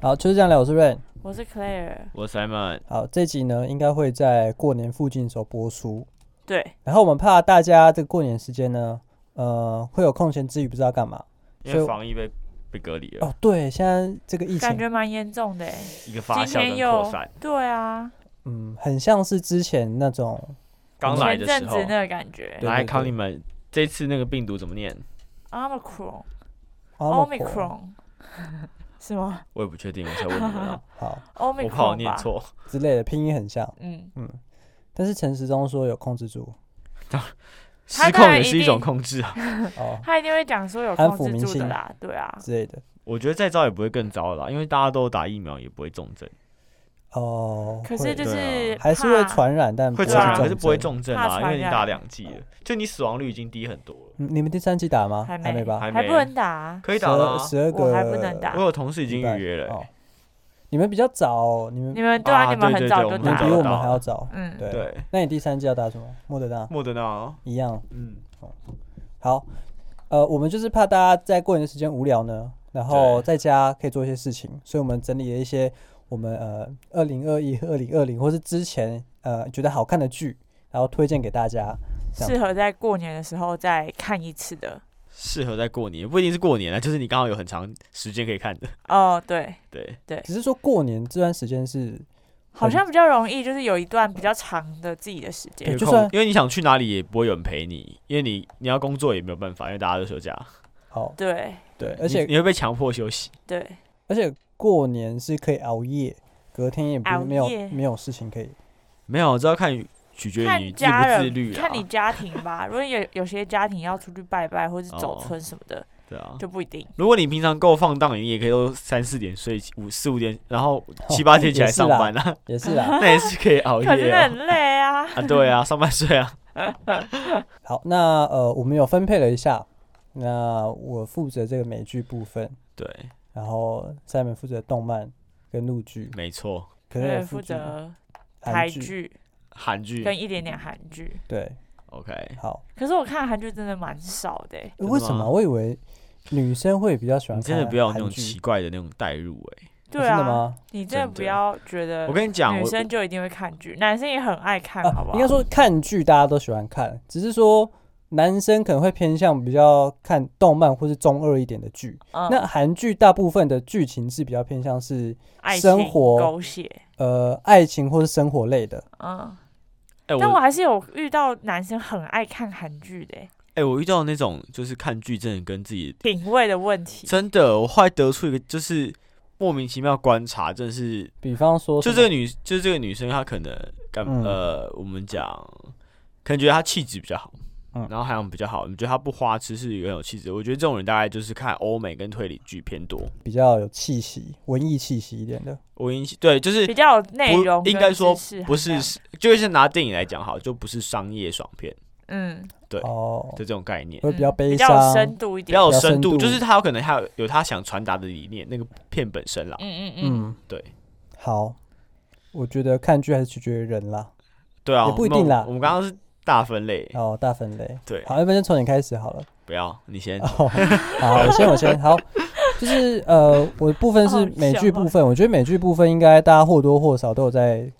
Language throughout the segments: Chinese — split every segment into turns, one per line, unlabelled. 好，就是这样了。我是 Rain。
我是 Claire，
我是 Simon，
好，这集呢应该会在过年附近的时候播出。
对，
然后我们怕大家这个过年时间呢，呃，会有空闲之余不知道干嘛。
因
所以
为防疫被被隔离了，
哦，对，现在这个疫
感
情，
觉蛮严重的欸
一个发
今
酵
天
跟扩
又
散。
对啊，
嗯，很像是之前那种
刚来
前
的时
阵
候
子，那个感觉
对
来考你们这次那个病毒怎么念？
，Omicron
Omicron
Omicron 是吗
我也不确定，我才问你们 啊，
好
我
？Omicron
怕我念
吧，
错。
之类的拼音很像，
嗯，
但是陈时中说有控制住
他
失
当
控
然
也是
一
一种
定
控制啊，
哦
他一定会讲说有
安
控
抚
制
民
住的
心
啦，对啊，
之类的。
我觉得再糟也不会更糟了啦，因为大家都打疫苗，也不会重症，
哦，
可
会
是就
对啊
是
还是会
怕，
传染，但
会
嗯不
对
传
啊
染，可是
重
不会
症。
重症
怕
啊，因
传
为你
染
打两剂了，就你死亡率已经低很多了。
嗯你们第三季打吗？
还
还
没
吧？
啊还
还
没
不能打啊，
可以
十
打
二
啊，
十二个，
我还不能打
我有同事已经
礼拜
预约了欸。
哦，你们比较早，哦你们
你们对啊，
啊
你们
对
很
对
早
对
就
我
你
们
打
比
很
我
了，
早就
们
打
还要早。
嗯，
对，
对，
那你第三季要打什么？莫德纳
莫德纳啊，
一样。
嗯，
好，呃，我们就是怕大家在过年的时间无聊呢，然后
对
在家可以做一些事情，所以我们整理了一些我们呃二零二一、二零二零或是之前呃觉得好看的剧，然后推荐给大家。这样
适合在过年的时候再看一次的，
适合在过年，不一定是过年啊，就是你刚好有很长时间可以看的。
哦，对，
对，
只是说过年这段时间是
好
很
像比较容易，就是有一段比较长的自己的时间
对，
有
就
空
算
因为你想去哪里也不会有人陪你，因为你你要工作也没有办法，因为大家都休假。
哦，
对
对，而且
你你会被强迫休息，
对，
而且过年是可以熬夜，隔天也不是
熬
没有
夜
没有事情可以。
没有，这要看取决于
看
你自
家
不
人，
自律啊
看。你家庭吧。如果有有些家庭要出去拜拜或是走
哦
村什么的，
对啊，
就不一定。
如果你平常够放荡，你也可以都三四点睡，五四五点，然后七八点起来上班啊，
哦也 是啦。
那也是可以熬
可是
夜
那
啊。
很累 啊。
啊，对啊，上班睡啊。
好，那呃，我们有分配了一下，那我负责这个美剧部分，
对，
然后 Simon 负责动漫跟陆剧，
没错，
可
我
能
也
也
负责
韩
台剧
韩剧。
跟一点点韩剧，
对，
OK，
好，
可是我看韩剧真的蛮少的欸、
呃
的
为什么
吗
我以为女生会比较喜欢
你
看
真
韩剧？
的不要有那种奇怪的那种代入哎、
哦真
对
的
啊，
吗？
你真的
真的
不要觉得
我跟你讲，
呃女
我
生就一定会看剧，男生也很爱看，好
啊
不，好？
应该说看剧大家都喜欢看，只是说男生可能会偏向比较看动漫或是中二一点的剧。
嗯，
那韩剧大部分的剧情是比较偏向是
爱情
生活
狗血，
呃爱情或是生活类的，
嗯。
哎、
但
我
我
哎、
还是有遇到男生很爱看韩剧的欸、
哎我遇到那种就是看剧真的跟自己
品味的问题。
真的，我后来得出一个就是莫名其妙观察，真的是
比方说
就
什
这
么
个女，就这个女生，她可能干、
嗯
呃，我们讲，可能觉得她气质比较好，
嗯
然后涵养比较好，你觉得她不花痴是一个很有气质的。我觉得这种人大概就是看欧美跟推理剧偏多。
比较有气息、文艺气息一点的。
我因对，就是
比较有内
不
容跟知识含量，
应该说不是，就是拿电影来讲好，就不是商业爽片
嗯，
对
哦
的，这种概念，
会比较
嗯
悲
比较有深
伤，
度一
比
点，
较有
比较
深
深度
度，就是他有可能还有有他想传达的理念，那个片本身啦。
嗯嗯嗯，
嗯，
对，
好，我觉得看剧还是取决于人啦，
对啊，
也不一定啦
我们我们刚刚是大分类，
哦，大分类。
对，
好，要不然就从你开始好了。
不要你先
哦，好，我先我先好，就是呃，我的部分是美剧部分，我觉得美剧部分应该大家或多或少都有在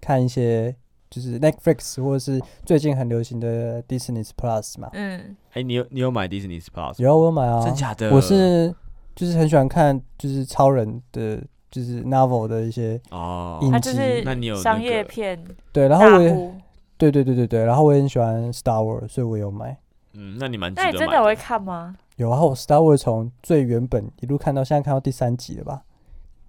看一些，就是 Netflix 或者是最近很流行的 Disney Plus 嘛。
嗯，
哎、你有你有买 Disney Plus？吗、
有啊，我有买啊，
真假的？
我是就是很喜欢看就是超人的，就是 novel 的一些
哦，
影
嗯它
集，
就是
那你有
商
那
业
个
片
对，然
大
后我也
户，
对对对对对，然后我也很喜欢 Star Wars，所以我有买。
嗯，那你蛮值
那
得
你真
买
的有会看吗？
有啊，我 Star Wars 从最原本一路看到现在看到第三集了吧？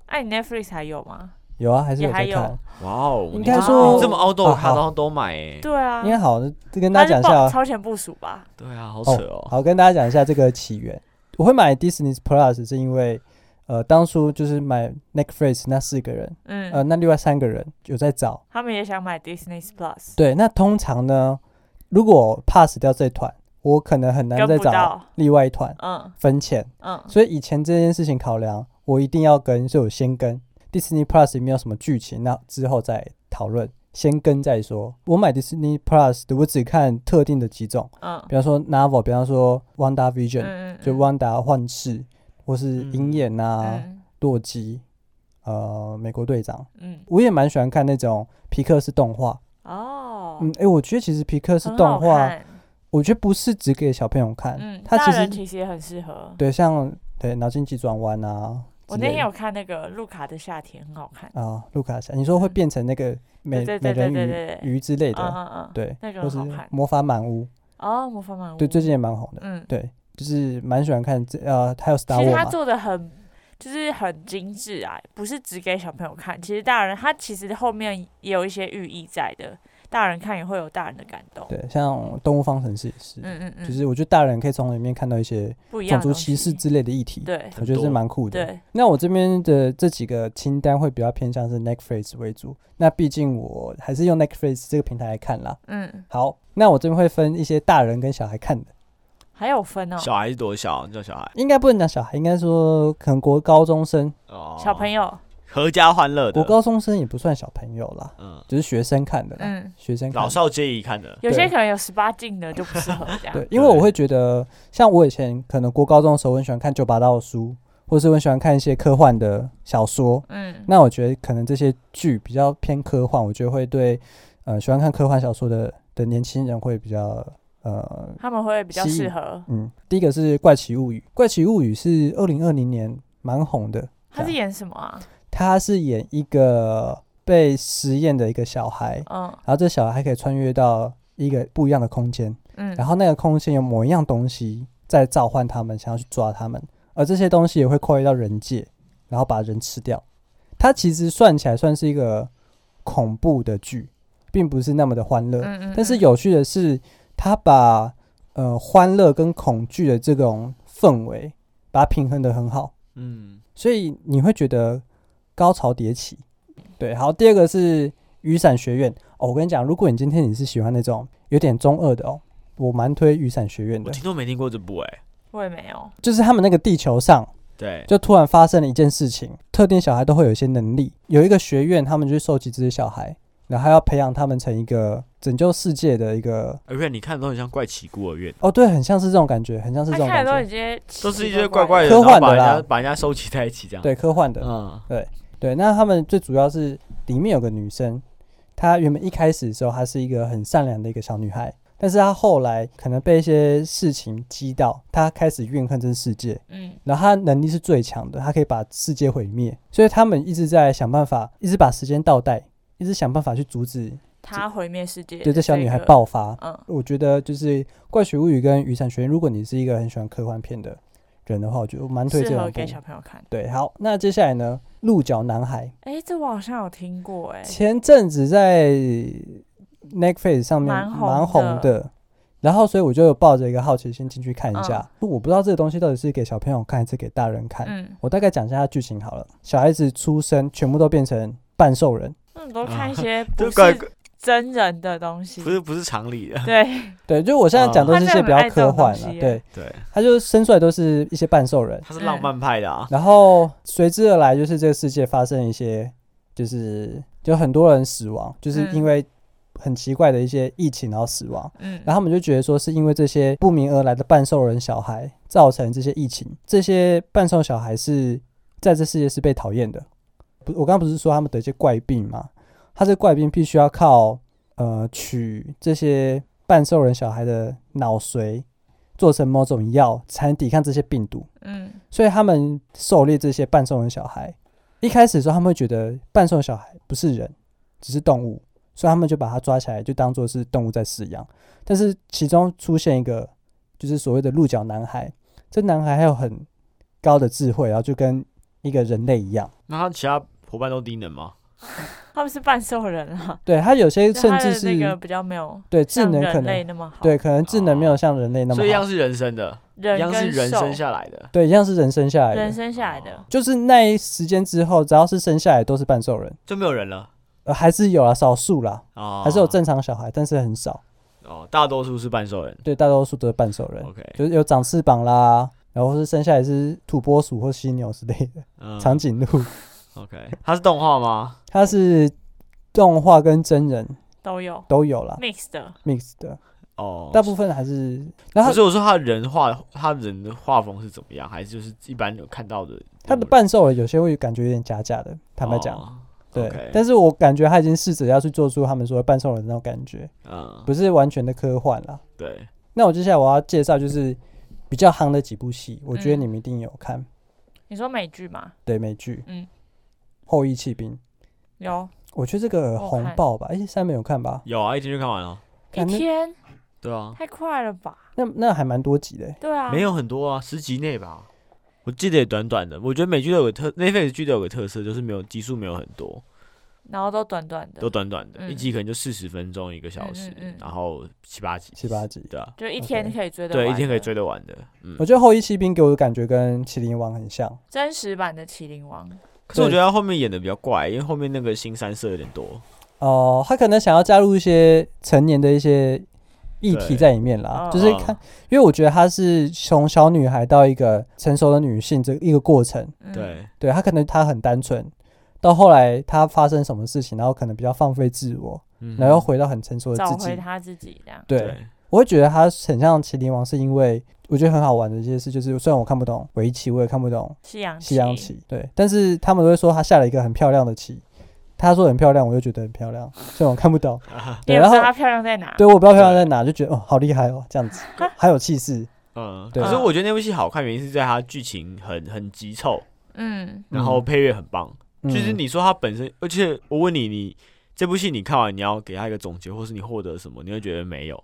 那哎你 Netflix 还有吗？
有啊，还是
也
有
还
在
有
看。
哇哦，
应
你
该
这
说
你这么凹豆
啊
卡
好
都都买哎、
对啊
应，该好，这跟大
它
家讲
是
一下啊哦
报，超前部署吧？
对啊，好扯哦。
好，跟大家讲一下这个起源。我会买 Disney Plus 是因为，呃，当初就是买 Netflix 那四个人，呃，
嗯，
那另外三个人有在找，
他们也想买 Disney Plus，
对，那通常呢，如果 pass 掉这团，我可能很难
跟
再
不
找
到，
另外一团
嗯
分钱。
嗯，
所以以前这件事情考量，我一定要跟，所以我先跟 Disney Plus 里面有什么剧情，那之后再讨论，先跟再说。我买 Disney Plus 的，我只看特定的几种，
嗯
比方说 novel，比方说 Wanda
嗯
Vision，、
嗯，
就
嗯
Wanda 幻视，或是
嗯
鹰眼啊、
嗯
啊洛基呃美国队长，
嗯，
我也蛮喜欢看那种皮克斯动画。
哦，
嗯，哎、我觉得其实皮克斯
很好
动画，
看，
我觉得不是只给小朋友看，
嗯，
它
大
其
人
实
其实也很适合。
对像对脑筋急转弯啊之
我那
类
天
的
有看那个路卡的夏天，很好看。
啊，卢卡斯，你说会变成那个美
嗯对
美
对对
人
对
鱼
对对，
鱼之类
嗯
的，
嗯嗯，
对，
那个
或
很
是
好看
魔法满屋，
哦，魔法满屋，
对，最近也蛮红的，
嗯，
对，就是蛮喜欢看这呃，还有 Star
其实
War
他
嘛，
做的很，就是很精致啊，不是只给小朋友看，其实大人他其实后面也有一些寓意在的，大人看也会有大人的感动。
对，像《动物方程式》也是，
嗯嗯嗯，
就是我觉得大人可以从里面看到一些
不一样
种
的
族
东
歧视
西
之类的议题，
对
我觉得是蛮酷的。
对，
那我这边的这几个清单会比较偏向是 Netflix 为主，那毕竟我还是用 Netflix 这个平台来看啦。
嗯，
好，那我这边会分一些大人跟小孩看的，
还有分哦，
小孩是多小？你叫小孩
应该不能讲小孩，应该说可能国高中生，
哦，
小朋友，
合家欢乐
国
的，
高中生也不算小朋友啦，
嗯，
就是学生看的啦，
嗯，
学生看的
老少皆宜看的，
有些
啊对
可能有十八禁的就不 适合这样。
对，因为我会觉得，像我以前可能国高中的时候，我很喜欢看九把刀的书，或是我很喜欢看一些科幻的小说。
嗯，
那我觉得可能这些剧比较偏科幻，我觉得会对呃喜欢看科幻小说的的年轻人会比较呃
他们会比较
吸引
适合。
嗯，第一个是《怪奇物语》，《怪奇物语》是二零二零年蛮红的，
他是演什么啊？
他是演一个被实验的一个小孩，
嗯
然后这小孩还可以穿越到一个不一样的空间。
嗯，
然后那个空间有某一样东西在召唤他们，想要去抓他们，而这些东西也会跨越到人界，然后把人吃掉。它其实算起来算是一个恐怖的剧，并不是那么的欢乐。
嗯嗯，
但是
嗯
有趣的是，它把呃欢乐跟恐惧的这种氛围，把它平衡的很好，
嗯，
所以你会觉得高潮迭起。对，好，第二个是雨伞学院。哦，我跟你讲，如果你今天你是喜欢那种有点中二的哦，我蛮推雨伞学院
我
的。
听都没听过这部哎，
我也没有，
就是他们那个地球上，
对，
就突然发生了一件事情，特定小孩都会有一些能力。有一个学院，他们就去收集这些小孩，然后还要培养他们成一个拯救世界的一个。
而哎且你看的都很像怪奇孤儿院，
哦，对，很像是这种感觉，很像是
他
这种
看
感
的都
觉
已，经
都是一些怪怪的，
科
然后
幻的
把人
啦
家把人家收集在一起这样，，
对，科幻的。
嗯，
对，那他们最主要是里面有个女生，她原本一开始的时候她是一个很善良的一个小女孩，但是她后来可能被一些事情激到，她开始怨恨这个世界，
嗯
然后她能力是最强的，她可以把世界毁灭，所以他们一直在想办法，一直把时间倒带，一直想办法去阻止
他毁灭世界，
对这小女孩
个，
爆发。
嗯
我觉得就是《怪奇物语》跟《雨伞学院》，如果你是一个很喜欢科幻片的人的话，我觉得我蛮推这
适
两
合
部
给。小朋友看。
对，好，那接下来呢，《鹿角男孩》。
哎，这我好像有听过，哎，
前阵子在 Netflix 上面
蛮红的
蛮红的，然后所以我就抱着一个好奇心进去看一下。我不知道这个东西到底是给小朋友看还是给大人
哎
看。
嗯，
我大概讲一下它剧情好了。小孩子出生全部都变成半兽人，
那嗯你都
啊
看一 些不
这怪
是真人的东西
不，是不是常理的，
对，
对，就我现在讲都是一些比较科幻了、
哦他真的很爱这种东西耶
对，
对，
他就生出来都是一些半兽人，
嗯
他是浪漫派的啊，
然后随之而来就是这个世界发生一些，就是就很多人死亡，就是
嗯
因为很奇怪的一些疫情然后死亡。
嗯，
啊
然后他们就觉得说，是因为这些不明而来的半兽人小孩造成这些疫情，这些半兽小孩是在这世界是被讨厌的。不，我刚刚不是说他们得一些怪病吗？他这怪病必须要靠呃取这些半兽人小孩的脑髓，做成某种药，才能抵抗这些病毒。
嗯
所以他们狩猎这些半兽人小孩，一开始的时候他们会觉得半兽人小孩不是人，只是动物，所以他们就把它抓起来，就当做是动物在饲养。但是其中出现一个就是所谓的鹿角男孩，这男孩还有很高的智慧，然后就跟一个人类一样，
那他其他伙伴都低能吗？
他们是半兽人啊，
对他有些
就
甚
他
至
的
是、
那个比较没有
对智
像
能可
人类
能
那么好，
对可能智能没有像人类那么
所以一
好，
样是人生的，一
人
样是
跟
人
兽
生下来的，
对一样是人生下来
人
的，
生下来的
哦，
就是那一时间之后，只要是生下来都是半兽人，
就没有人了
呃还是有啊少数啦，
哦，
还是有正常小孩，但是很少。
哦，大多数是半兽人
对，大多数都是半兽人，
，OK，
就是有长翅膀啦，然后是生下来是土拨鼠或犀牛之类的，
嗯
长颈鹿。
，OK，他是动画吗？
它是动画跟真人
都有
都有啦
啊
mix 的，
，mix 的。
哦，
大部分还是，然后
不
他
是我说他人画他人的画风是怎么样，还是就是一般有看到的
他的半兽人有些会感觉有点假假的，坦白讲，
哦
对
OK
但是我感觉他已经试着要去做出他们说的半兽人的那种感觉，
嗯，
不是完全的科幻啦。
对，
那我接下来我要介绍就是比较夯的几部戏，我觉得
嗯
你们一定有看，
你说美剧吗？
对美剧，
嗯，
后羿弃兵，
有
我觉得这个
我
红
看
爆吧，哎、三妹有看吧？
有啊，一天就看完了，
一
感觉
天
对啊，
太快了吧？
那那还蛮多集的、
对啊，
没有很多啊，十集内吧，我记得也短短的。我觉得美剧都有个特，那 e 剧都有个特色，就是没有集数没有很多，
然后都短短的
都，短短的，
嗯
一集可能就四十分钟，一个小时，
嗯嗯嗯
然后七八集，
七八集。
对啊，
就一天可以追得完
对，
的。
一天可以追得完的。嗯
我，觉得《后羿弃兵》给我的感觉跟《麒麟王》很像，
真实版的《麒麟王》。
可是我觉得他后面演的比较怪，因为后面那个新三色有点多。
哦、他可能想要加入一些成年的一些议题
对嗯
在里面啦
哦，
就是看，因为我觉得他是从小女孩到一个成熟的女性这一个过程，
嗯，
对，
对他可能他很单纯，到后来他发生什么事情，然后可能比较放飞自我，
嗯
然后回到很成熟的
找
自
回
己。
他自己这样。
对，，我会觉得他很像麒麟王，是因为我觉得很好玩的一件事，就是虽然我看不懂围棋，我也看不懂
西洋
西洋，棋，对，但是他们都会说他下了一个很漂亮的棋，他说很漂亮，我就觉得很漂亮，虽然我看不懂，
你
对，
也
然
不知
后
道她漂亮在哪。
对我不知道漂亮在哪，就觉得哦好厉害哦，这样子很有气势，
嗯，
对啊
可是我觉得那部戏好看，原因是在它剧情很很急凑，
嗯，
然后
嗯
配乐很棒。
嗯
就是你说它本身，而且我问你，你这部戏你看完，你要给它一个总结，或是你获得什么，你会觉得没有，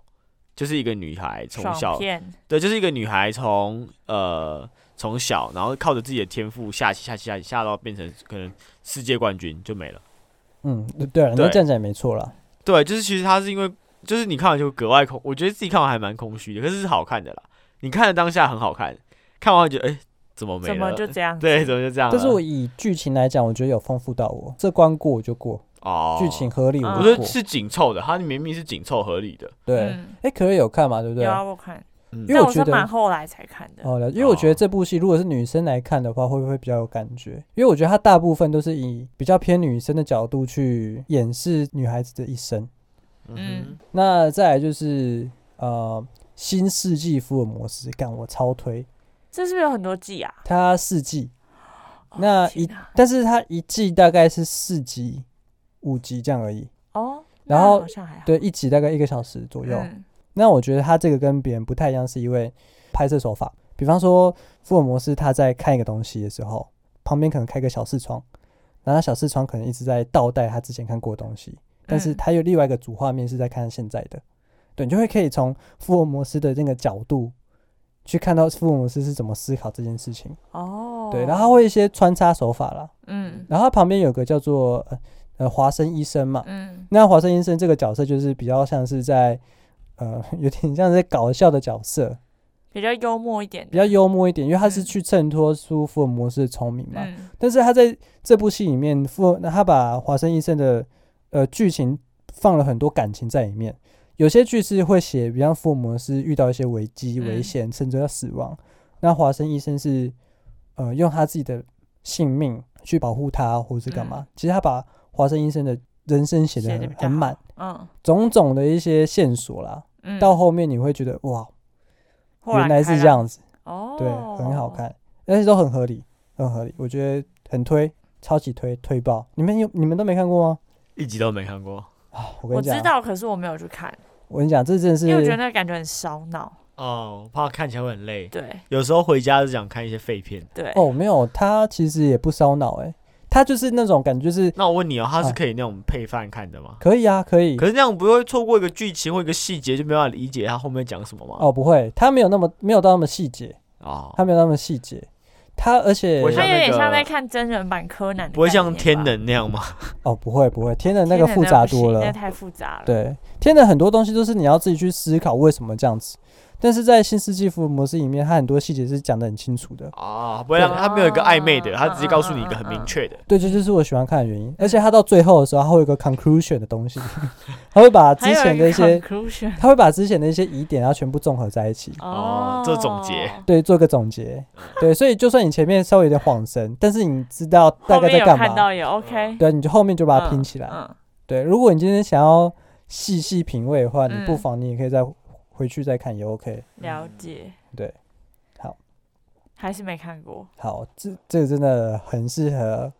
就是一个女孩从
爽
小，
片，
对，就是一个女孩从呃从小，然后靠着自己的天赋下棋下棋下棋下到变成可能世界冠军就没了。
嗯对啊，你
对
这样讲也没错啦，
对，就是其实他是因为，就是你看完就格外空，我觉得自己看完还蛮空虚的，可是是好看的啦。你看的当下很好看，看完觉得哎、怎么没了？
怎么就这样？
对，怎么就这样了？
但是我以剧情来讲，我觉得有丰富到我，这关过我就过，
哦，
剧情合理
我
我
觉
就
得
过，
是紧凑的，它明明是紧凑合理的。
对，
嗯，
哎，可乐有看嘛，对不对
有？啊，我看，
嗯
因为
但
我
我
觉
是
得
蛮后来才看的。
哦，了解因为我觉得这部戏如果是女生来看的话，会不会比较有感觉？因为我觉得它大部分都是以比较偏女生的角度去掩饰女孩子的一生。
嗯
那再来就是呃，新世纪福尔摩斯，干我超推
这是不是有很多季啊？
它四季，
哦
那
天
一
哪
但是它一季大概是四集、五集这样而已。
哦，
然
那
后
好像还好
对，
嗯
一集大概一个小时左右。
嗯
那我觉得他这个跟别人不太一样，是因为拍摄手法。比方说，福尔摩斯他在看一个东西的时候，旁边可能开个小视窗，然后他小视窗可能一直在倒带他之前看过的东西，但是
嗯
他有另外一个主画面是在看现在的，对，你就会可以从福尔摩斯的那个角度去看到福尔摩斯是怎么思考这件事情，
哦，
对，然后他会一些穿插手法啦，
嗯
然后他旁边有个叫做呃呃华生医生嘛，
嗯
那华生医生这个角色就是比较像是在，呃，有点像是在搞笑的角色，
比较幽默一点的，
比较幽默一点，因为他是
嗯
去衬托出福尔摩斯的聪明嘛。
嗯
但是他在这部戏里面，福尔那他把华生医生的呃剧情放了很多感情在里面，有些剧是会写，比方福尔摩斯遇到一些危机、
嗯
危险，甚至要死亡，那华生医生是呃用他自己的性命去保护他，或是干嘛。
嗯
其实他把华生医生的人生写的
写得
很
比较
很
好
满。
嗯
种种的一些线索啦，
嗯，
到后面你会觉得哇，
后
原来
开
是这
朗
样子，
哦，
对，很好。看，而且都很合理，很合理，我觉得很推，超级推，推爆！你们有你们都没看过吗？
一集都没看过
啊，我跟
我
你讲，
知道，可是我没有去看，
我跟你讲，这真的
因为我觉得
是
那个感觉很烧脑。
哦，我怕看起来会很累。
对
有时候回家就想看一些废片。
对，
哦，没有，他其实也不烧脑，哎，他就是那种感觉，就是
那我问你哦，它
啊
是可以那种配饭看的吗？
可以啊，可以，
可是那样不会错过一个剧情或一个细节，就没办法理解它后面讲什么吗？
哦，不会，他没有那么没有到那么细节，
哦，
他没有那么细节，他而且
我
它
像
有
那
点像
个
在看真人版柯南的概念吧，
不会像天能那样吗？
哦，不会不会，天的那个
天能
复
不
杂
行
多了
那，太复杂了。
对，天的很多东西都是你要自己去思考为什么这样子，但是在新世纪福尔摩斯里面，它很多细节是讲得很清楚的。
啊，不会让
对嗯
他没有一个暧昧的，
啊
他直接告诉你一个很明确的。
对，这就是我喜欢看的原因。而且它到最后的时候，它会有一个 conclusion 的东西，它会把之
还有
前的一些，
conclusion
它会把之前的一些疑点，然后全部综合在一起，
哦做总结
对，做个总结。 对，所以就算你前面稍微有点晃神，但是你知道大
后
概
面
在
有
干
看
嘛，
到有
嗯
OK，
对，你就后面就把它拼起来。
嗯，
对，如果你今天想要细细品味的话，你
嗯
不妨你也可以再回去再看也 OK。
了解，
对，好，
还是没看过。
好，这这个真的很适合
嗯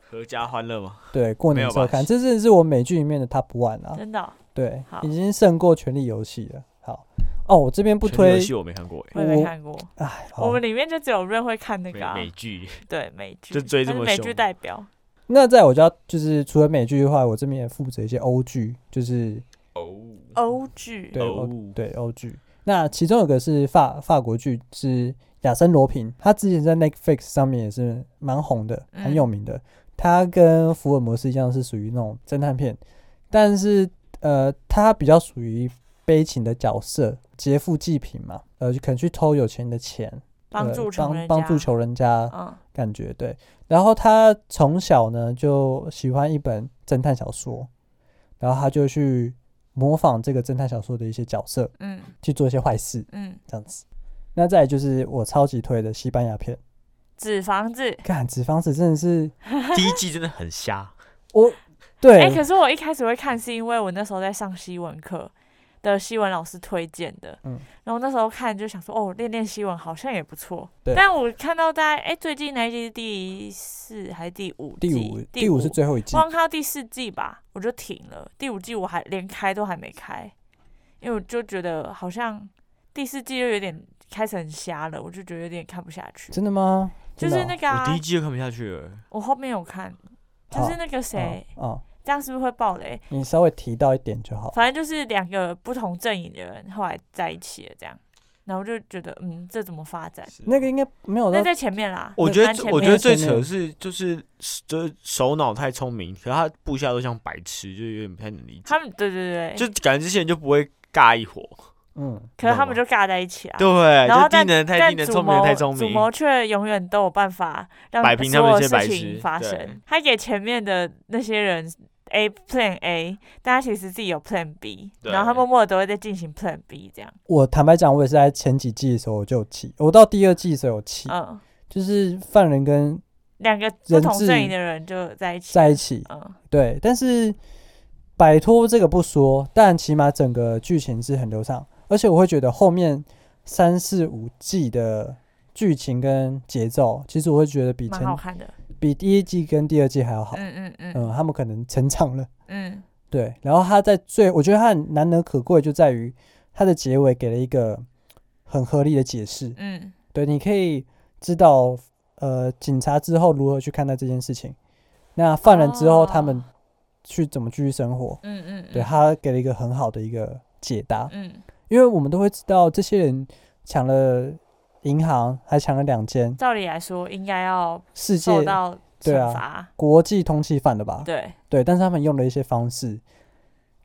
合家欢乐嘛，
对过年的时候
没有吧
看，这真的是我美剧里面的 Top One 啊，
真的哦、
对
好，
已经胜过《权力游戏》了。好，哦，我这边不
权力游
推，
戏我没看过欸
我也没
我
看过。
哎，好
我们里面就只有润会看那个、啊
美美剧，
对美剧，
就追这
他是
么
美
凶
剧代表。
那在我家就是除了美剧的话，我这边也负责一些欧剧，就是
哦
欧剧，
对
哦
欧 对欧剧。那其中有个是法法国剧，是亚森罗平，他之前在 Netflix 上面也是蛮红的，
嗯
很有名的。他跟福尔摩斯一样是属于那种侦探片，但是呃，他比较属于悲情的角色，劫富济贫嘛，呃，就可能去偷有钱人的钱，
帮
呃
助穷
帮
人
帮
家
助，穷人家，
嗯
感觉对。然后他从小呢就喜欢一本侦探小说，然后他就去模仿这个侦探小说的一些角色
嗯
去做一些坏事，
嗯，
这样子。那再来就是我超级推的西班牙片，
纸房子。
看《纸房子》真的是
第一季真的很瞎，
我对、
哎、可是我一开始会看，是因为我那时候在上西文课的西文老师推荐的，
嗯
然后那时候看就想说，哦，练练西文好像也不错。
对
但我看到大家，哎、最近那一季是第四还是第五季？
第五
第
第五是最后一季
我，好像看到第四季吧，我就停了。第五季我还连开都还没开，因为我就觉得好像第四季就有点开始很瞎了，我就觉得有点看不下去。
真的吗？
就
真的
是
哦
那个、啊
我第一季就看不下去了。
我后面有看，就
好
是那个谁，
啊、哦
这样是不是会爆雷？
你稍微提到一点就好。
反正就是两个不同阵营的人后来在一起了，这样，然后就觉得，嗯，这怎么发展？
那个应该没有
那
到
在前面啦，
我觉得
蛮
最
前
我觉
面
得
的
最
前
扯
面
的是就是就是首脑太聪明，可是他部下都像白痴，就有点不太能理解
他，们对对对，
就感觉这些人就不会尬一伙，
嗯，
可是他们就尬在一起啊。
对，
然后
就低
但
能太
但
低能，
主
聪明人
谋
太聪
主
明，
谋却永远都有办法让
摆平他
所
们
有
这些白
事情
痴
发
对
生。他给前面的那些人 A plan A，但他其实自己有 plan B，
对
然后他默默的都会在进行 plan B 这样。
我坦白讲，我也是在前几季的时候我就有气，我到第二季的时候有气，
嗯，
就是犯人跟
两个不同
人质
阵营的人就在一起。
在一起，
嗯，
对，但是摆脱这个不说，但起码整个剧情是很流畅，而且我会觉得后面三四五季的剧情跟节奏，其实我会觉得比
蛮
前
好看的。
比第一季跟第二季还要好，
嗯嗯嗯
嗯，他们可能成长了，
嗯
对，然后他在最，我觉得他很难能可贵就在于他的结尾给了一个很合理的解释，
嗯，
对，你可以知道呃警察之后如何去看待这件事情，那犯人之后他们
哦
去怎么继续生活，
嗯嗯，
对
嗯
他给了一个很好的一个解答，
嗯，
因为我们都会知道这些人抢了银行，还抢了两间
照理来说应该要
世界
受到
对
惩
啊
罚，
国际通缉犯的吧？
对，
对，但是他们用了一些方式，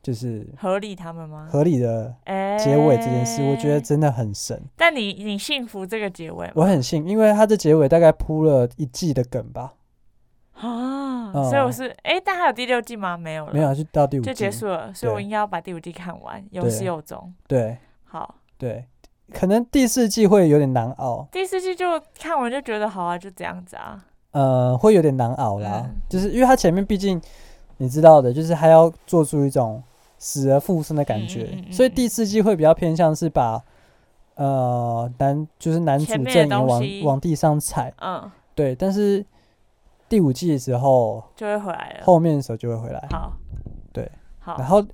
就是
合理他们吗？
合理的
哎，
结尾这件事，我觉得真的很神，
但你你幸福这个结尾吗？
我很信，因为他这结尾大概铺了一季的梗吧，
啊，
嗯
所以我是哎、但还有第六季吗？没有了，
没有啊就到第五
就
季
结束了，所以我
对
应该要把第五季看完，有
对
始有终。
对。
好，
对，可能第四季会有点难熬，
第四季就看完就觉得好啊，就这样子啊。
呃，会有点难熬啦，
嗯
就是因为它前面毕竟你知道的，就是还要做出一种死而复生的感觉，
嗯嗯嗯嗯
所以第四季会比较偏向是把呃男就是男主
前面的
阵营
东
往
西
往地上踩，
嗯，
对，但是第五季的时候
就会回来了。
后面的时候就会回来，
好，
对，然
好，
后。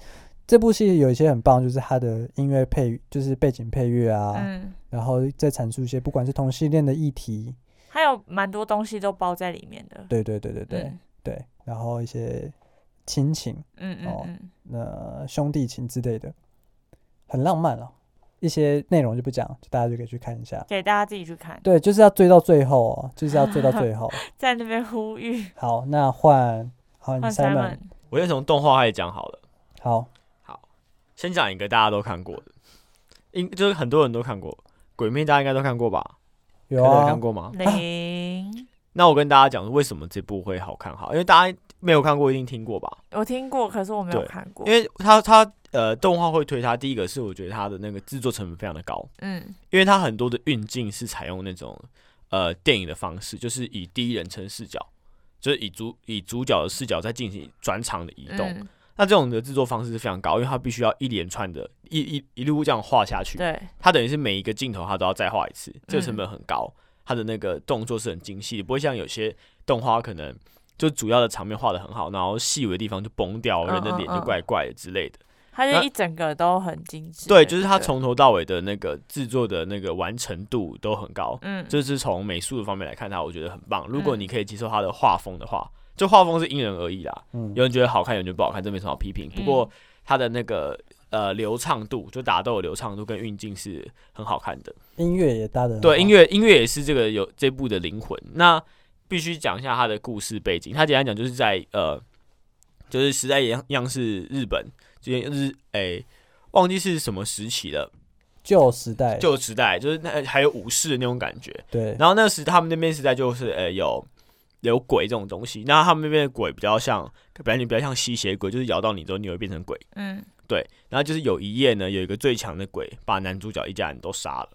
这部戏有一些很棒，就是它的音乐配，就是背景配乐啊，
嗯，
然后再阐述一些不管是同性恋的议题，
还有蛮多东西都包在里面的。
对对对对对，
嗯
对，然后一些亲情、
嗯嗯
哦
嗯，
呃兄弟情之类的，很浪漫了。一些内容就不讲，就大家就可以去看一下。
给大家自己去看，
对，就是要追到最后哦，就是要追到最后。
在那边呼 吁
好，那换换
换
Simon，
Simon。
我先从动画开始讲好了，
好，
先讲一个大家都看过的，应就是很多人都看过《鬼灭》，大家应该都看过吧？
有
大家有
啊
看，过吗？
零，
那我跟大家讲为什么这部会好看好，因为大家没有看过一定听过吧？
我听过，可是我没有
对
看过
因。为它它呃动画会推它，第一个是我觉得它的那个制作成本非常的高，
嗯
因为它很多的运镜是采用那种呃电影的方式，就是以第一人称视角，就是以主以主角的视角在进行转场的移动。
嗯
那这种的制作方式是非常高，因为它必须要一连串的，一一一路这样画下去。
对，
它等于是每一个镜头它都要再画一次，
嗯
这个成本很高，它的那个动作是很精细，不会像有些动画可能就主要的场面画的很好，然后细微的地方就崩掉，
嗯
人的脸就
嗯嗯
怪怪的之类的。
它就
那
一整个都很精致的。
对，就是它
不
从头到尾的那个制作的那个完成度都很高，
嗯，
这是从美术的方面来看它，我觉得很棒。如果
嗯
你可以接受它的画风的话，这画风是因人而异啦，
嗯，
有人觉得好看，有人觉得不好看，这没什么好批评。不
嗯
过它的那个呃流畅度，就打斗的流畅度跟运镜是很好看的。
音乐也搭的
对，音乐音乐也是这个有这部的灵魂。那必须讲一下它的故事背景。它简单讲就是在呃，就是时代一样一样是日本，就是日哎、忘记是什么时期了，
旧时代，
旧时代，就是那还有武士的那种感觉。
对，
然后那时他们那边时代就是呃有有鬼这种东西，那他们那边的鬼比较像，本来你比较像吸血鬼，就是咬到你之后你会变成鬼。
嗯，
对，然后就是有一夜呢，有一个最强的鬼把男主角一家人都杀了。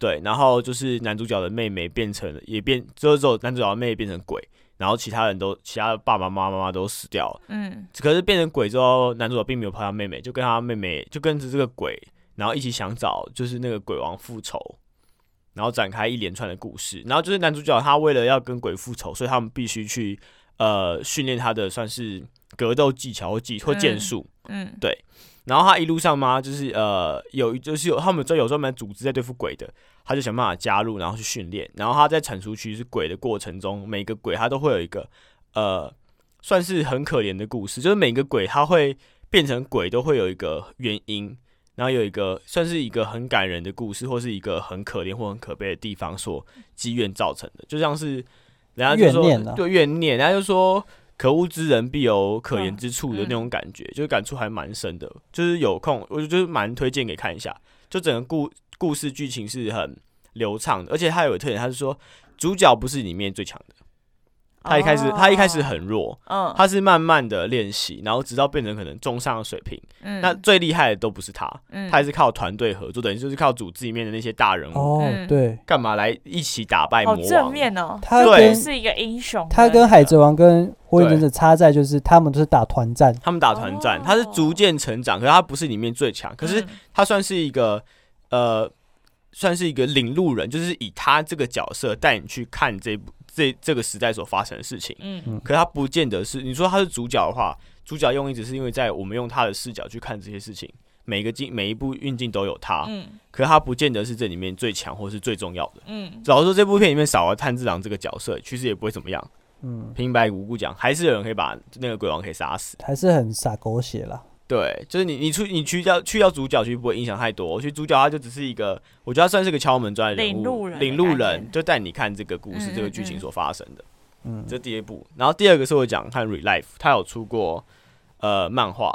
对，然后就是男主角的妹妹变成也变，之后之后男主角的妹妹变成鬼，然后其他人都其他的爸爸妈妈妈都死掉了。
嗯
可是变成鬼之后，男主角并没有怕他妹妹，就跟他妹妹就跟着这个鬼，然后一起想找就是那个鬼王复仇，然后展开一连串的故事。然后就是男主角他为了要跟鬼复仇，所以他们必须去呃训练他的算是格斗技巧或技或剑术。
嗯
然后他一路上嘛，就是呃有就是有他们这有专门组织在对付鬼的，他就想办法加入，然后去训练。然后他在铲除区是鬼的过程中，每个鬼他都会有一个呃算是很可怜的故事，就是每个鬼他会变成鬼都会有一个原因，然后有一个算是一个很感人的故事，或是一个很可怜或很可悲的地方所积怨造成的，就像是人家就说
怨念啊
对怨念，人家就说。可恶之人必有可怜之处的
嗯
那种感觉，就是感触还蛮深的。就是有空，我就是蛮推荐给看一下。就整个故故事剧情是很流畅的，而且它有个特点，它是说主角不是里面最强的，他一开
哦
始、他一开始很弱，
嗯，
他是慢慢的练习，然后直到变成可能中上的水平。
嗯
那最厉害的都不是他，
嗯
他还是靠团队合作，等于就是靠组织里面的那些大人物，
哦，
嗯
对，
干嘛来一起打败魔
好
王？
正面哦，
他
对
跟
是一个英雄的。
他跟海贼王跟火影忍者差在就是他们都是打团战，
他们打团战，
哦
他是逐渐成长，可是他不是里面最强，可是
嗯
他算是一个呃，算是一个领路人，就是以他这个角色带你去看这部这这个时代所发生的事情。
嗯
可他不见得是你说他是主角的话，主角用意只是因为在我们用他的视角去看这些事情，每个镜每一部运镜都有他，
嗯
可他不见得是这里面最强或是最重要的。
嗯
老实说，这部片里面少了炭治郎这个角色，其实也不会怎么样。
嗯，
平白无故讲，还是有人可以把那个鬼王给杀死。
还是很洒狗血啦。
对，就是你你出你去掉去掉主角，其实不会影响太多。其实主角他就只是一个，我觉得他算是个敲门砖的人物，
领路人的
领路
概
人
念
就带你看这个故事、
嗯
这个
嗯
剧情
嗯
所发生的。
嗯，
这第一部，然后第二个是我讲看《Relife》，他有出过呃漫画，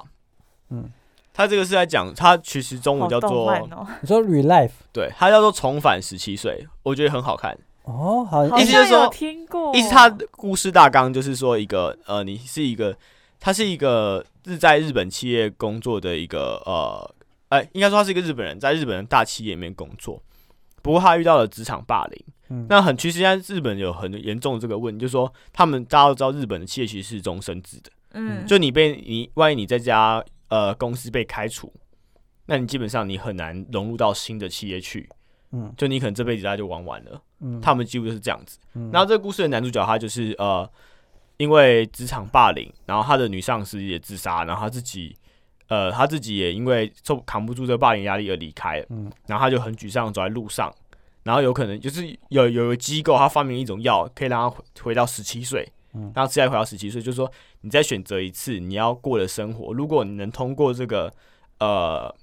嗯
嗯，他这个是在讲他其实中文
好
叫
动
做、
漫哦，
你说 relife
对，他叫做重返十七岁，我觉得很好看。
哦，好，
好
呃意思就是
像有
说
听过，
意思他的故事大纲就是说一个呃，你是一个，他是一个是在日本企业工作的一个呃，哎、应该说他是一个日本人，在日本的大企业里面工作，不过他遇到了职场霸凌。
嗯
那很，其实现在日本有很严重的这个问题，就是说他们大家都知道，日本的企业其实是终身制的，
嗯
就你被你万一你在家呃公司被开除，那你基本上你很难融入到新的企业去，
嗯
就你可能这辈子大家就玩完了，
嗯，
他们几乎就是这样子。
嗯，
然后这个故事的男主角他就是呃，因为职场霸凌，然后他的女上司也自杀，然后他自己呃他自己也因为受扛不住这个霸凌压力而离开了，
嗯
然后他就很沮丧，走在路上，然后有可能就是有有一个机构他发明一种药，可以让他回回到十七岁
嗯。
然后吃下回到十七岁，就是说你再选择一次你要过的生活。如果你能通过这个呃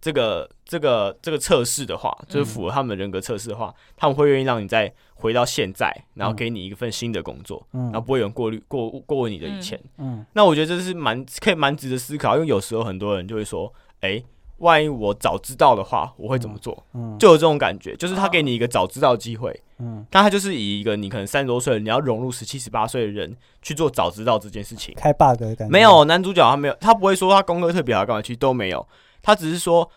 这个这个这个测试的话，就是符合他们人格测试的话，他们会愿意让你再回到现在，然后
嗯
给你一份新的工作，
嗯
然后不会有人过滤过过问你的以前。
嗯
那我觉得这是蛮可以蛮值得思考，因为有时候很多人就会说，哎、万一我早知道的话，我会怎么做？
嗯
就有这种感觉，就是他
哦
给你一个早知道的机会，
嗯，
但他就是以一个你可能三十多岁，你要融入十七、十八岁的人去做早知道这件事情。
开 bug 的感觉
没有男主角他没有，他不会说他功课特别好干嘛，其实都没有，他只是说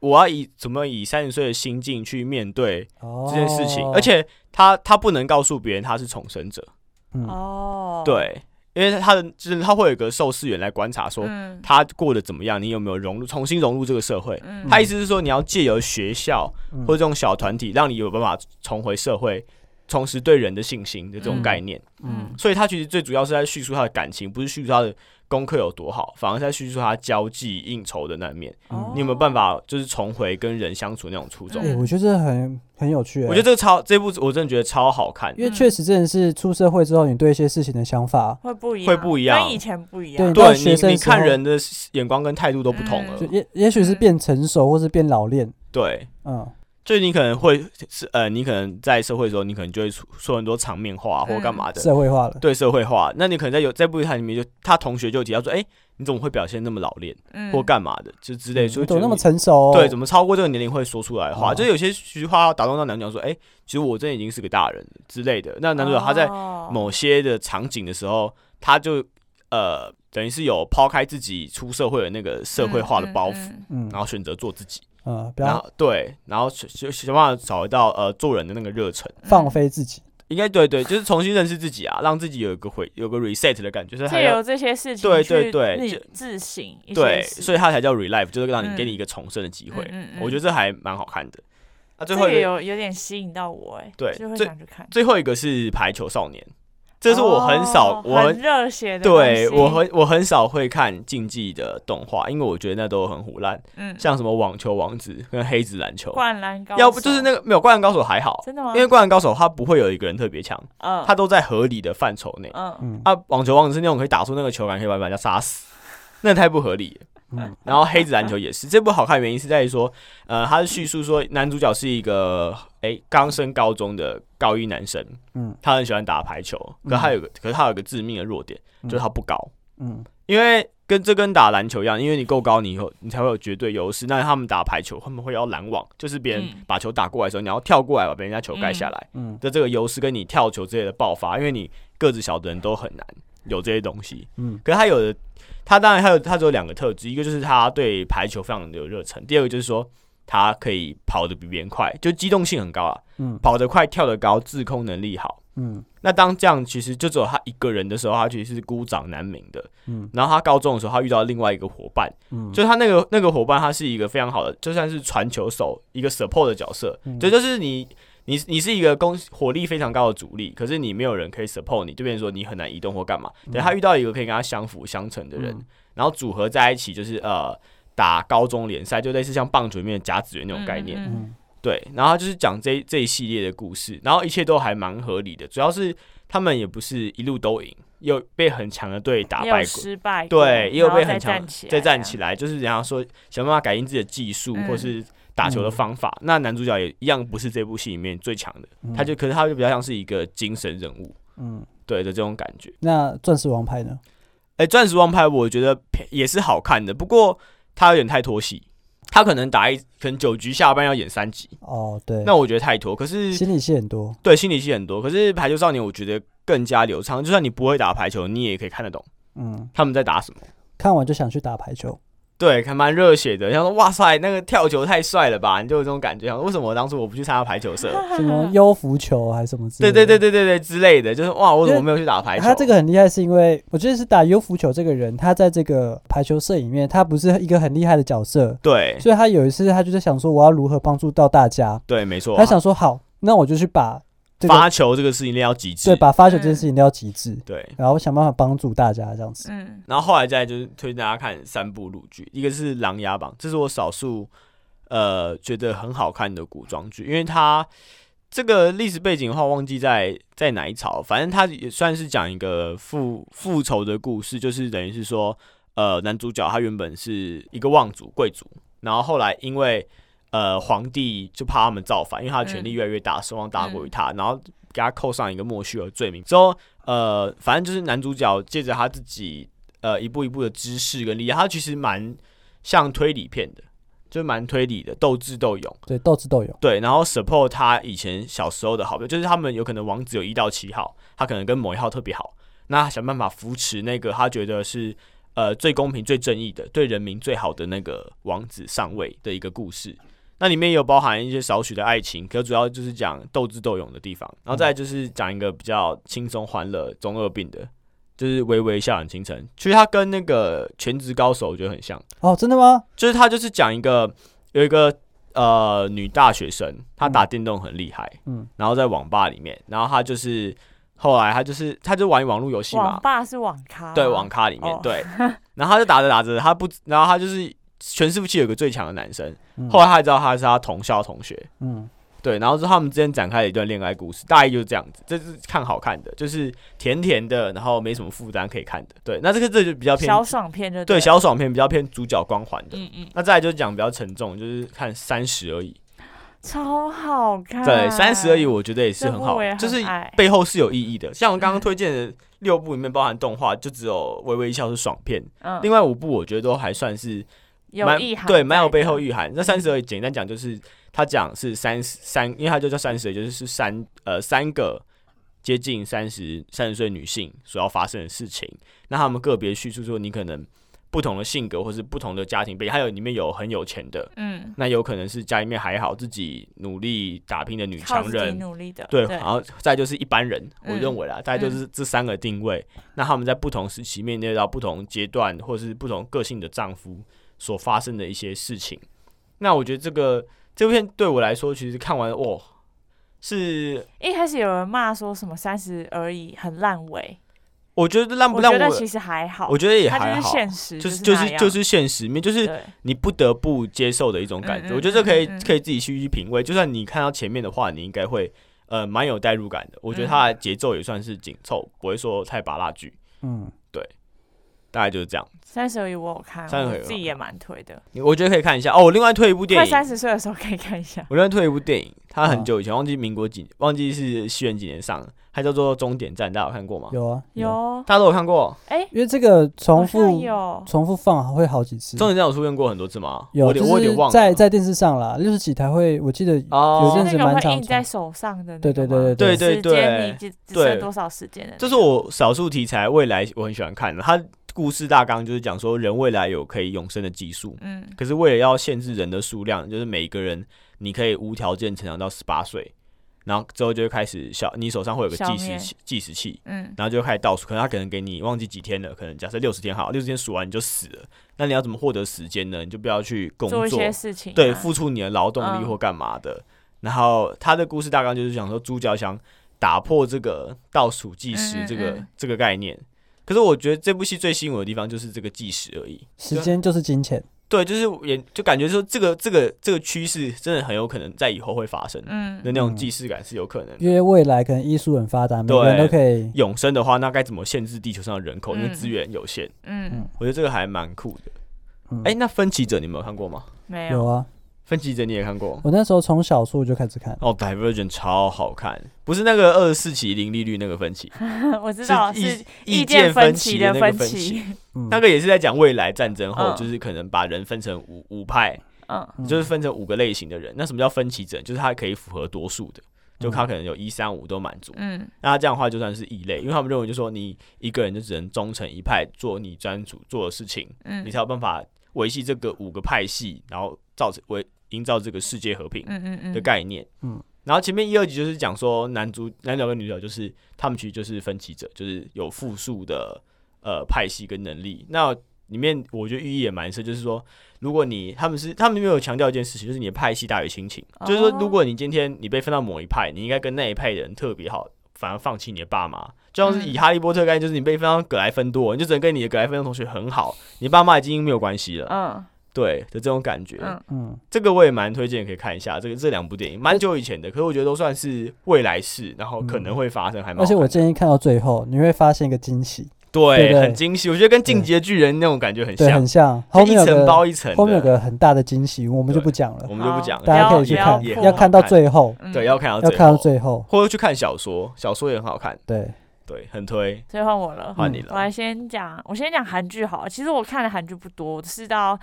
我要以怎么以三十岁的心境去面对
哦
这件事情，而且他他不能告诉别人他是重生者，
嗯
哦，
对，因为他的就是他会有一个受试员来观察说
嗯
他过得怎么样，你有没有融入，重新融入这个社会。
嗯
他意思是说，你要借由学校
嗯
或者这种小团体，让你有办法重回社会，重拾对人的信心的这种
嗯
概念。
嗯
嗯
所以他其实最主要是在叙述他的感情，不是叙述他的功课有多好，反而是在叙述他交际应酬的那一面。
嗯
哦
你有没有办法就是重回跟人相处那种初衷？
哎、我觉得这很很有趣、欸。
嗯我觉得这个超这部我真的觉得超好看，
因为确实真的是出社会之后，你对一些事情的想法，
会不一样，
会不一样
跟以前不一
对
样。
到
对
学生
你你
时候嗯
看人的眼光跟态度都不同了
就，也也许
嗯
是变成熟，或是变老练。
对。
嗯，
就是你可能会是呃，你可能在社会的时候，你可能就会说说很多场面话
嗯
或干嘛的，
社会化了。
对社会化。那你可能在有在部台里面就，他同学就有提到说，哎、你怎么会表现那么老练
嗯
或干嘛的，就之类，
对，
所
嗯怎
以
么那么
觉得你
成熟、
对，怎么超过这个年龄会说出来的话，
哦
就是有些句话要打动到男主角说，哎、其实我真的已经是个大人了之类的。那男主角他在
哦
某些的场景的时候，他就呃，等于是有抛开自己出社会的那个社会化的包袱，
嗯
嗯
然后选择做自己，
嗯，不
然
要
后对，然后想想想办法找回到呃做人的那个热忱，
嗯
放。飞自己。
应该对对，就是重新认识自己啊，让自己有一个回有个 reset 的感觉，所以他
借
要。
由这些事情，
对对对
自
就
自省一些
对，
事
所以他才叫 relive，就是让你
嗯
给你一个重生的机会。
嗯嗯嗯
我觉得这还蛮好看的。啊，最
这
后一
个
个
有有点吸引到我哎，
对
就会
最
想去看。
最后一个是排球少年，这是我很少，
哦
我
很
很
热血的东西，
对我很我很少会看竞技的动画，因为我觉得那都很胡烂，
嗯，
像什么网球王子跟黑子篮球，
灌篮高手，
要不就是那个没有灌篮高手还好，
真的
啊
吗？
因为灌篮高手他不会有一个人特别强，
嗯，
他都在合理的范畴内。
嗯
嗯
啊，网球王子是那种可以打出那个球感可以把人家杀死， 那太不合理了。
嗯
然后黑子篮球也是，这 部好看的原因是在于说，呃，他是叙述说男主角是一个哎刚升高中的高一男生，
嗯
他很喜欢打排球，可他有个、可是他有个致命的弱点，
嗯
就是他不高，
嗯
因为跟这跟打篮球一样，因为你够高，你有你才会有绝对优势。那他们打排球，他们会要拦网，就是别人
嗯
把球打过来的时候，你要跳过来把别人家球盖下来
嗯
的这个优势，跟你跳球之类的爆发，因为你个子小的人都很难有这些东西。
嗯
可是他有的，他当然还有他只有两个特质，一个就是他对排球非常的有热忱，第二个就是说他可以跑得比别人快，就机动性很高啊，
嗯
跑得快，跳得高，自控能力好。
嗯
那当这样其实就只有他一个人的时候，他其实是孤掌难鸣的。
嗯
然后他高中的时候，他遇到另外一个伙伴，
嗯，
就是他那个那个伙伴，他是一个非常好的，就算是传球手，一个 support 的角色。
嗯
这、就是你你你是一个攻火力非常高的主力，可是你没有人可以 support 你，就变成说你很难移动或干嘛。等他遇到一个可以跟他相辅相成的人，
嗯
然后组合在一起，就是呃打高中联赛，就类似像棒球里面的甲子园那种概念。
嗯
嗯
对，然后他就是讲这这一系列的故事，然后一切都还蛮合理的，主要是他们也不是一路都赢，也有被很强的队打
也
败
有
过，
失败过，
对，也有被很强
然后再
再站
站
起
来，
来，就是人家说想办法改进自己的技术、
嗯
或是打球的方法。那男主角也一样不是这部戏里面最强的，他就可是他就比较像是一个精神人物，
嗯，
对的这种感觉。
那钻石王牌呢？
哎、钻石王牌我觉得偏也是好看的，不过他有点太拖戏，他可能打一可能九局下半要演三集，
哦，对，
那我觉得太拖。可是
心理戏很多。
对，心理戏很多。可是排球少年，我觉得更加流畅，就算你不会打排球，你也可以看得懂
嗯，
他们在打什么。
看完就想去打排球。
对，还蛮热血的。然后说哇塞，那个跳球太帅了吧，你就有这种感觉。想说为什么我当初我不去参加排球社？
什 么优浮球还是什么之类
对
的。
对对对对对之类的，就是哇，我怎么没有去打排球？
他这个很厉害，是因为我觉得是打优浮球这个人，他在这个排球社里面，他不是一个很厉害的角色，
对
所以他有一次他就在想说，我要如何帮助到大家。
对，没错。
他想说，好，那我就去把这个
发嗯球这个事情一定要极致
对，把发球这件事情撩极致，
对。
然后想办法帮助大家这样子。
嗯
然后后来再就是推荐大家看三部陆剧，一个是《琅琊榜》，这是我少数呃觉得很好看的古装剧，因为它这个历史背景的话，忘记在在哪一朝，反正它也算是讲一个复复仇的故事，就是等于是说，呃，男主角他原本是一个望族贵族，然后后来因为呃皇帝就怕他们造反，因为他的权力
嗯
越来越大，声望大过于他，然后给他扣上一个莫须有的罪名之后。呃，反正就是男主角借着他自己呃一步一步的知识跟力量，他其实蛮像推理片的，就蛮推理的，斗智斗勇。
对，斗智斗勇。
对，然后 support 他以前小时候的好朋友，就是他们有可能王子有一到七号，他可能跟某一号特别好，那他想办法扶持那个他觉得是呃最公平、最正义的、对人民最好的那个王子上位的一个故事。那里面也有包含一些少许的爱情，可主要就是讲斗智斗勇的地方，然后再来就是讲一个比较轻松欢乐、中二病的就是微微笑很倾城。其实它跟那个《全职高手》我觉得很像，
哦，真的吗？
就是它就是讲一个有一个呃女大学生，她打电动很厉害，
嗯，
然后在网吧里面，然后她就是后来她就是她就玩网络游戏嘛
网，吧是网咖，
对，网咖里面、
哦
对，然后她就打着打着，她不，然后她就是全服器有个最强的男生，
嗯
后来她才知道他是她同校同学，
嗯，
对，然后是他们之间展开了一段恋爱故事，大意就是这样子，这是看好看的，就是甜甜的，然后没什么负担可以看的。对，那这个这就比较偏
小爽片就
对
对
小爽片，比较偏主角光环的。
嗯嗯，
那再来就讲比较沉重，就是看三十而已。
超好看。
对，三十而已，我觉得也是
啊这
很
部
好
我也，
就是
很爱嗯
背后是有意义的。像我刚刚推荐的六部里面，包含动画，就只有《微微一笑》是爽片，
嗯，
另外五部我觉得都还算是
有
蛮
意涵，嗯
对，蛮有背后。意涵。那三十而已，简单讲就是他讲是三十三，因为他就叫三十而已，就是是三呃三个接近三十三十岁女性所要发生的事情。那他们个别叙述说，你可能不同的性格，或是不同的家庭背景，还有里面有很有钱的，
嗯，
那有可能是家里面还好，自己努力打拼的女
靠
强
自己
人。
努力的，
对，
对
然，后再就是一般人，我
嗯
认为啦，大概就是这三个定位。那他们在不同时期面对到不同阶段或是不同个性的丈夫所发生的一些事情。那我觉得这个这部片对我来说，其实看完哦，是
一开始有人骂说什么三十而已很烂尾，
我觉得烂不
我
烂
觉
我，
得
我
其实还好，
觉得也还
它就是
好，
现实，
就是
就
就是就是现实面，就是是
那样
你不得不接受的一种感觉。
嗯嗯
我觉得这可以
嗯嗯嗯
可以自己去去品味，就算你看到前面的话，你应该会呃蛮有代入感的。我觉得
嗯
它的节奏也算是紧凑，不会说太拔辣剧，
嗯，
大概就是这样。
对，三十而已我有看，
30而
我
已
自己也蛮推的，
你我觉得可以看一下哦。我另外推一部电
快
影
三，十岁的时候可以看一下。
我另外推一部电影，它很
嗯
久以前忘记民国几，忘记是西元几年上的，它叫做《终点站》，大家 哦有看过吗？
有啊，
有，
大家都有看过，
哎，
因为这个重
好像
复
有，
重复放会好几次，
《终点站》有出现过很多次吗？我
嗯有
有点我有
就是
点忘了。
在在电视上啦，六十几台会，我记得有
哦，
阵
那
子
个
蛮
会
常
印在手上的那
对
个吗，
对
对对对
时间你
对
只只
对
剩多少时间的那个，
这是我少数题材未来我很喜欢看的。它故事大纲就是讲说人未来有可以永生的技术，
嗯
可是为了要限制人的数量，就是每一个人你可以无条件成长到十八岁，然后之后就会开始小，你手上会有个
消
计时
灭
器，计时器，
嗯，
然后就开始倒数，可能他可能给你忘记几天了，可能假设六十天好，六十天数完你就死了，那你要怎么获得时间呢？你就不要去工
做
作，
一些事情啊，
对，付出你的劳动
嗯
力或干嘛的。然后他的故事大纲就是讲说，主角想打破这个倒数计时
嗯嗯
这个、
嗯
这个概念。可是我觉得这部戏最吸引我的地方就是这个计时而已。
时间就是金钱，
对，就是也就感觉说这个这个这个趋势真的很有可能在以后会发生的
嗯，
那种
嗯
既视感是有可能的。
因为未来可能医术很发达，每个人
对
都可以
永生的话，那该怎么限制地球上的人口？因为
嗯
资源有限，
嗯，
我觉得这个还蛮酷的。
嗯
哎、那《分歧者》你们有看过吗？
没
有
有，
啊，
《分歧者》你也看过？
我那时候从小说就开始看，
哦，《Divergent》超好看，不是那个二十四期零利率那个分歧，
我知道
意
哦是
意
见
分
歧
的
的
那个分歧。
歧，
嗯
那个也是在讲未来战争后，
嗯
就是可能把人分成五五派，
嗯
嗯
就是分成五个类型的人。那什么叫分歧者？就是他可以符合多数的，就他可能有一三五都满足。
嗯
那他这样的话就算是异类，因为他们认为就说你一个人就只能忠诚一派，做你专属做的事情，
嗯
你才有办法维系这个五个派系，然后造成为营造这个世界和平。
嗯嗯嗯
的概念。
嗯
然后前面一二集就是讲说男主男主角跟女主角就是他们其实就是分歧者，就是有复数的呃派系跟能力。那里面我觉得寓意也蛮深，就是说如果你他们是他们里面有强调一件事情，就是你的派系大于亲情，
哦
就是说如果你今天你被分到某一派，你应该跟那一派的人特别好。反而放弃你的爸妈，就像是以哈利波特概念，就是你被分到格莱芬多，你就只能跟你的格莱芬多同学很好，你爸妈已经没有关系了，
嗯
对的这种感觉。
嗯
嗯，
这个我也蛮推荐可以看一下，这个这两部电影蛮久以前的，可是我觉得都算是未来式，然后可能会发生，还蛮
嗯
好
而且我
看的
建议看到最后，你会发现一个惊喜，对
对
对
很惊喜，我觉得跟《进击的巨人》那种感觉很
对，
像
很，像
就
后
一
面有
层
个
包一层
后面有
的，
个很大的惊喜，我们就不讲了
我，们就不讲了，
大家可以去
不要
看
也，
不
很
要
好
看到最后，
嗯，
对，要看到
要
最
看到
后
最后，
或者去看小说，小说也很好看，
对，
对，很推，
最后我了。嗯
换你
嗯
我
了，
来先讲，我先讲韩剧好了。其实我看的韩剧不多，是到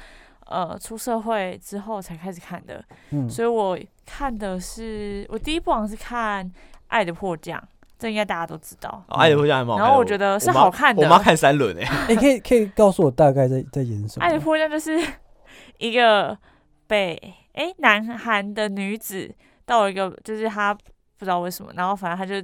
呃出社会之后才开始看的，
嗯，
所以我看的是我第一部好像是看《爱的迫降》，这应该大家都知道。
哦爱的迫降还蛮好看的，
然后我觉得是好看的
我妈我妈看三轮欸
你
诶，
可以可以告诉我大概在在演什
爱的
么？
迫降就是 一个北哎、南韩的女子到了一个，就是她不知道为什么，然后反正她就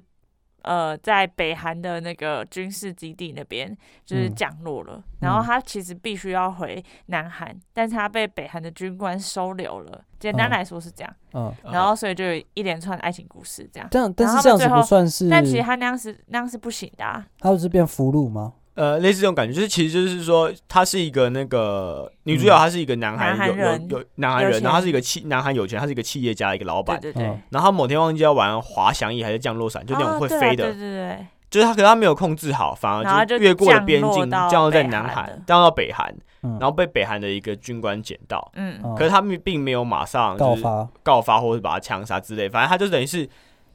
呃在北韩的那个军事基地那边就是
嗯
降落了，然后他其实必须要回南韩，但是他被北韩的军官收留了。简单
嗯
来说是这样，
嗯，
然后所以就有一连串的爱情故事这样。
这样但
然
是
后
这样
他们
子
最
不算
后
是，
但其实他那样是那样是不行的、啊，
他不是变俘虏吗？
呃，类似这种感觉，就是其实就是说，她是一个那个女主角，
嗯
她是一个南韩
南韩
有
人
有有南韩
有
人，然后她
钱
是一个企南韩有钱，她是一个企业家的一个老
对
板。
对对，
嗯
然后她某天忘记要玩滑翔翼还是降落伞，就那种
哦
会
对啊
飞
对
的，
对对，
就是她可是她没有控制好，反
然后
而
就
越过了
降
边
落
境，
到
降落在
北
南
韩
韩
了，
降落到北韩，
嗯，
然后被北韩的一个军官捡到，
嗯，
嗯
可是他们并没有马上
告
就是
发，
告发或者把他枪杀之类，反正他就等于是，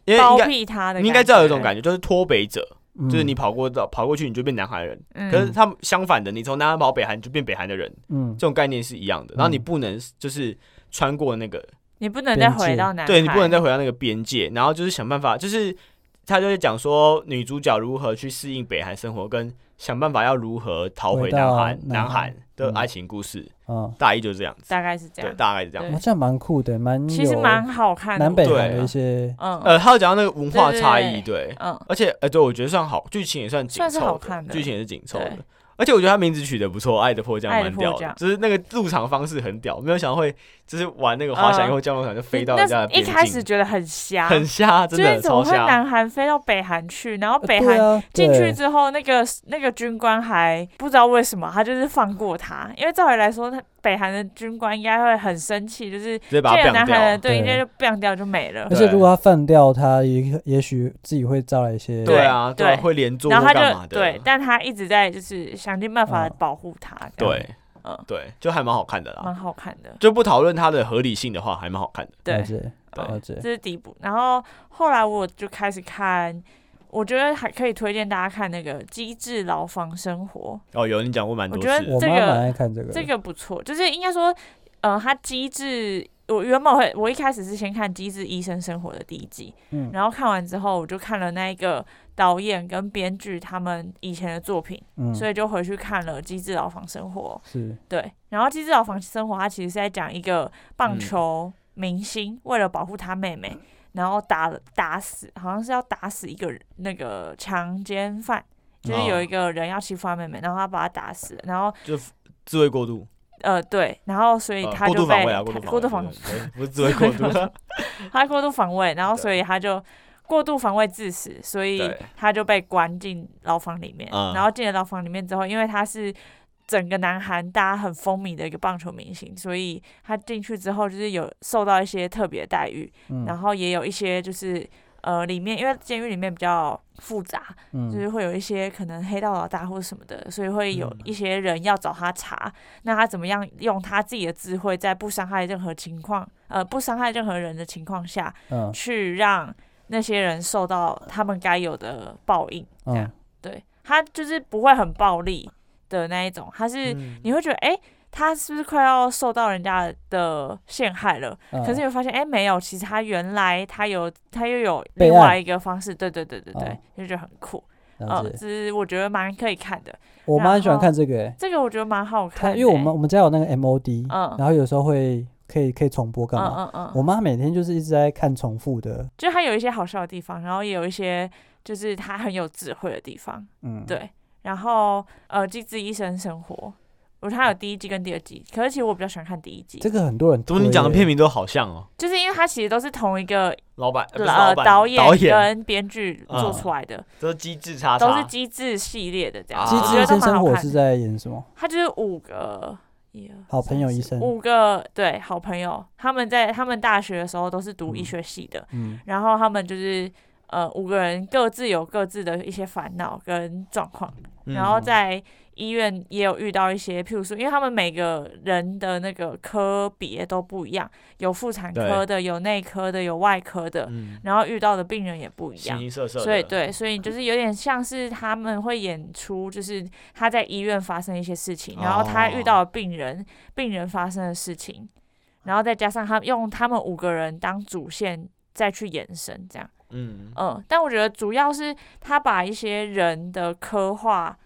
因为
包
应该
庇他的，
你应该知道有一种
觉，
感觉，就是脱北者，
就
就是你跑过到跑过去你就变南韩人，
嗯、
可是他们相反的，你从南韩跑北韩你就变北韩的人，
嗯
这种概念是一样的。然后你
嗯
不能就是穿过那个，
你不能再回
边界
到南海，
对你不能再回到那个边界，然后就是想
嗯
办法，就是他就会讲说女主角如何去适应北韩生活，跟想办法要如何逃
回
回
到
南韩
南
南
韩
韩的
嗯
爱情故事，
嗯，
大意就是这样子，
大概是这
对，
样，
大概是这样。
对
哇，哦这样蛮酷的，蛮
其实
有
蛮好看的，
南北
我觉
韩
得
啊
的一些，
嗯
呃，他有讲到那个文化
对对
差
对
异，对，
嗯，
而且呃，对我觉得算好，剧情也算紧
算是好
凑
看的
剧情也是紧凑
对
的。而且我觉得他名字取得不错，《爱的迫降》
爱的
蛮
迫
屌的
降，
就是那个入场方式很屌，没有想到会就是玩那个滑翔
嗯
以后降落伞就飞
你
到
那
人家的
一
边
开始
境，
觉得很瞎，
很瞎，
就
真
是
的
怎么
超
会
瞎。
南韩飞到北韩去，然后
呃
北
对
韩。
啊
进去
对
之后，那个那个军官还不知道为什么，他就是放过他，因为照理来说，他北韩的军官应该会很生气，就是
直接把
见了
它
南
变
韩人，
掉。啊
对，应该
对
就 b 掉就没了
而。且如果他放掉他，也也许自己会招来一些，
对啊，
对
对啊，会连坐
然
或
后他
干嘛
就
的，
对，但他一直在就是想尽办法
嗯
保护他。这样，
对
嗯，
对，就还蛮好看的啦。
蛮好看的。
就不讨论它的合理性的话，还蛮好看的。
了
对，
解
对
了解，
这是第一部。然后后来我就开始看，我觉得还可以推荐大家看那个《机智牢房生活
哦，有你讲过蛮
我
多
觉得
次的，
我
这
妈
个
蛮爱看这个》，的，
这个不错，就是应该说，呃，它机智。我原本会，我一开始是先看《机智医生生活》的第一季，
嗯
然后看完之后，我就看了那一个导演跟编剧他们以前的作品，
嗯
所以就回去看了《机智牢房生活》。
是
对，然后《机智牢房生活》它其实是在讲一个棒
嗯
球明星为了保护他妹妹，然后打了打死，好像是要打死一个人那个强奸犯，就是
哦
有一个人要欺负他妹妹，然后他把他打死了，然后
自卫过度，
呃对，然后所以
呃
他
过
就
度
被
防卫啊，过
他
度防
防
卫，对对不是自卫过度，啊
他过度防卫，然后
对
所以他就过度防卫致死，所以
对
他就被关进牢房里面。
嗯
然后进了牢房里面之后，因为他是整个南韩大家很风靡的一个棒球明星，所以他进去之后就是有受到一些特别待遇，
嗯
然后也有一些就是。呃，里面因为监狱里面比较复杂，就
嗯
是会有一些可能黑道老大或者什么的，所以会有
嗯
一些人要找他查。那他怎么样用他自己的智慧，在不伤害任何情况，呃，不伤害任何人的情况下，
嗯
去让那些人受到他们该有的报应。这样
嗯
对他就是不会很暴力的那一种，他 是、
嗯
你会觉得诶，他是不是快要受到人家的陷害了？
嗯，
可是你会发现，诶，没有，其实他原来他有他又有
备
另外
案
一个方式，对对对对对，
哦
就觉得很酷。
了
嗯，
解
这是我觉得蛮可以看的，
我妈很喜欢
然后
看这个欸，
这个我觉得蛮好看
她
的、欸
因为我们我们家有那个 MOD，
嗯
然后有时候会可以可以重播
嗯
干嘛？
嗯嗯，
我妈每天就是一直在看重复的，
就它有一些好笑的地方，然后也有一些就是他很有智慧的地方。
嗯，
对，然后呃，《机智医生生活》，我它有第一季跟第二季，可是其实我比较喜欢看第一季，
这个很多人
怎么你讲的
推欸
片名都好像哦？
就是因为它其实都是同一个
老板呃不是
呃
老板
导
导演
跟编剧做
嗯
出来的，
都是机智叉叉，
都是机智系列的这样，
啊
机
我
智
觉得
医
都
生
蛮
生
好
活
看
是
的。
在演什么？
它就是五个。一二
好朋友
三
医
四
生
五个对好朋友，他们在他们大学的时候都是读医
嗯
学系的，
嗯
然后他们就是呃五个人各自有各自的一些烦恼跟状况，
嗯
然后在医院也有遇到一些，譬如说，因为他们每个人的那个科别都不一样，有妇产科的，有内科的，有外科的，
嗯
然后遇到的病人也不一
形
样。
形色色的，
所以对，所以就是有点像是他们会演出，就是他在医院发生一些事情，然后他遇到的病人，病人发生的事情，然后再加上他用他们五个人当主线再去延伸这样。
嗯，
嗯，但我觉得主要是他把一些人的刻画，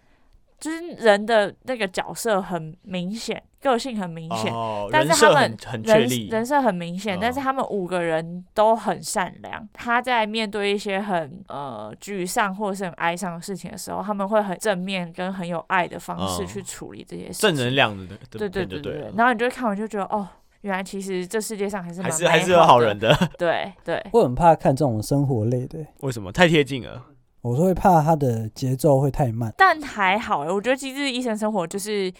就是人的那个角色很明显，个性很明显，
哦，
但
人
是他
设
们
很很确
人
立，
人设很明显，但是
哦
他们五个人都很善良。他在面对一些很呃沮丧或者是很哀伤的事情的时候，他们会很正面跟很有爱的方式
哦
去处理这些事
正
情。
能量的，
对对
对对
对
了，
然后你就会看完就觉得哦，原来其实这世界上还是
还
蛮
是还
美
是有好
的
人。的，
对对，
我很怕看这种生活类的，
为什么太贴近了？
我是会怕它的节奏会太慢。
但还好欸，我觉得《机智医生生活》就是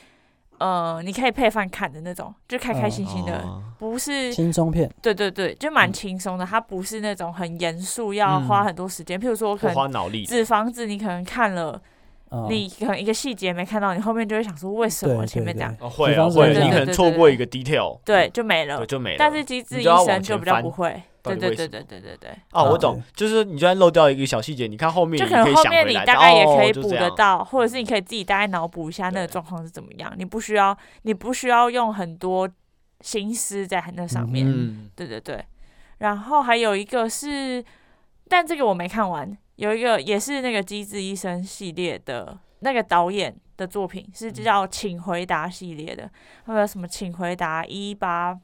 呃，你可以配饭看的那种，就开开
嗯
心心的，
哦
不是
轻松片，
对对对，就蛮
嗯
轻松的，它不是那种很严肃要
嗯
花很多时间。譬如说，可
不花
能
脑力的，
纸房子，你可能看了，
嗯
啊，
你可能一个细节没看到，你后面就会想说为什
对
么
对
前面这样，
对
哦会
比
啊
方说
会
这
啊，
样
你可能
对对
错
对
过
对
一个 detail，嗯
对，就没
对
了。
就没了。
但是机智
你
医
就要
生
往
就
前
比较
翻
不会，对
到底
对
为
对
什
对对对对，
哦，我
嗯
懂，就是你就算漏掉一个小细节，你看后面
就
你
可能
以
后
想
面
回
你
来，
大概也
哦
可以
就
补
这
得
样
到，或者是你可以自己大概脑补一下那个
对
状况是怎么样，你不需要，你不需要用很多心思在那上面。
嗯，
对对对，然后还有一个是，但这个我没看完，有一个也是那个《机智医生》系列的那个导演的作品，是
嗯
叫《请回答》系列的，还有什么《请回答》一八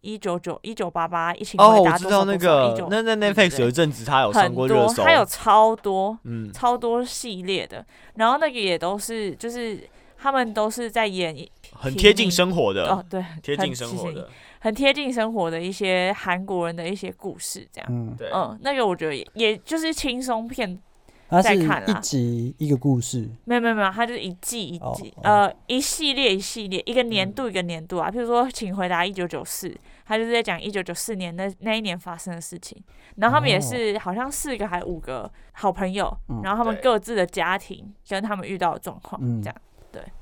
一九九一九八八，请
哦，
回
我
答
知
多
道
少
那
多少一
个
九，
那那
对对
Netflix 有一阵子他有上
很
过热
多，
搜，
它有超多
嗯，
超多系列的，然后那个也都是就是。他们都是在演一
很
平
贴近
民
生活
哦
的，，
对，
贴
很
近生
谢谢
活
你
的，
很贴近生活的一些韩国人的一些故事，这样。
嗯，
对，
嗯，那个我觉得也也就是轻松片，
它是
再看啦
一集一个故事，
没有没有没有，它就是一季一
哦
季，
哦嗯
呃，一系列一系列，一个年度一个年度啊。譬如说，请回答一九九四，它就是在讲一九九四年那那一年发生的事情。然后他们也
哦
是好像四个还五个好朋友，
嗯
然后他们
对
各自的家庭跟他们遇到的状况，
嗯
这样。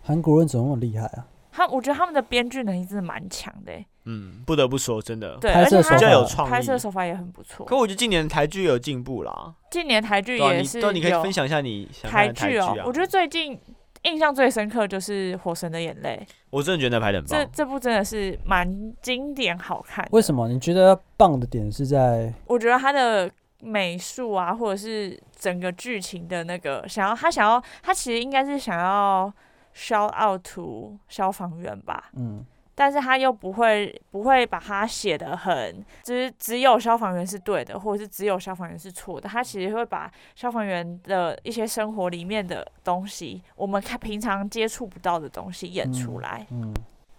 韩国人怎么那么厉害啊？
他我觉得他们的编剧能力真的蛮强的欸、
嗯，不得不说，真的，
对，
拍
而且
摄手
他
比较
法
有
的
创
拍
意
摄手法也很不错。
可我觉得今年台剧有进步啦，
近年台剧
对啊，
也
你
是
对啊，你可以
有
分享一下你想看
台
的台
剧
剧
哦
啊，。
我觉得最近印象最深刻就是《火神的眼泪》，
我真的觉得那拍的很
这
棒，
这部真的是蛮经典好看。
为什？么？你觉得棒的点是在
我觉得它的美术啊，或者是整个剧情的那个想要，他想要，他其实应该是想要 shout out to 消防员吧，
嗯
但是他又不会不会把它写的很，就是只有消防员是对的，或者是只有消防员是错的。他其实会把消防员的一些生活里面的东西，我们看平常接触不到的东西演出来。
嗯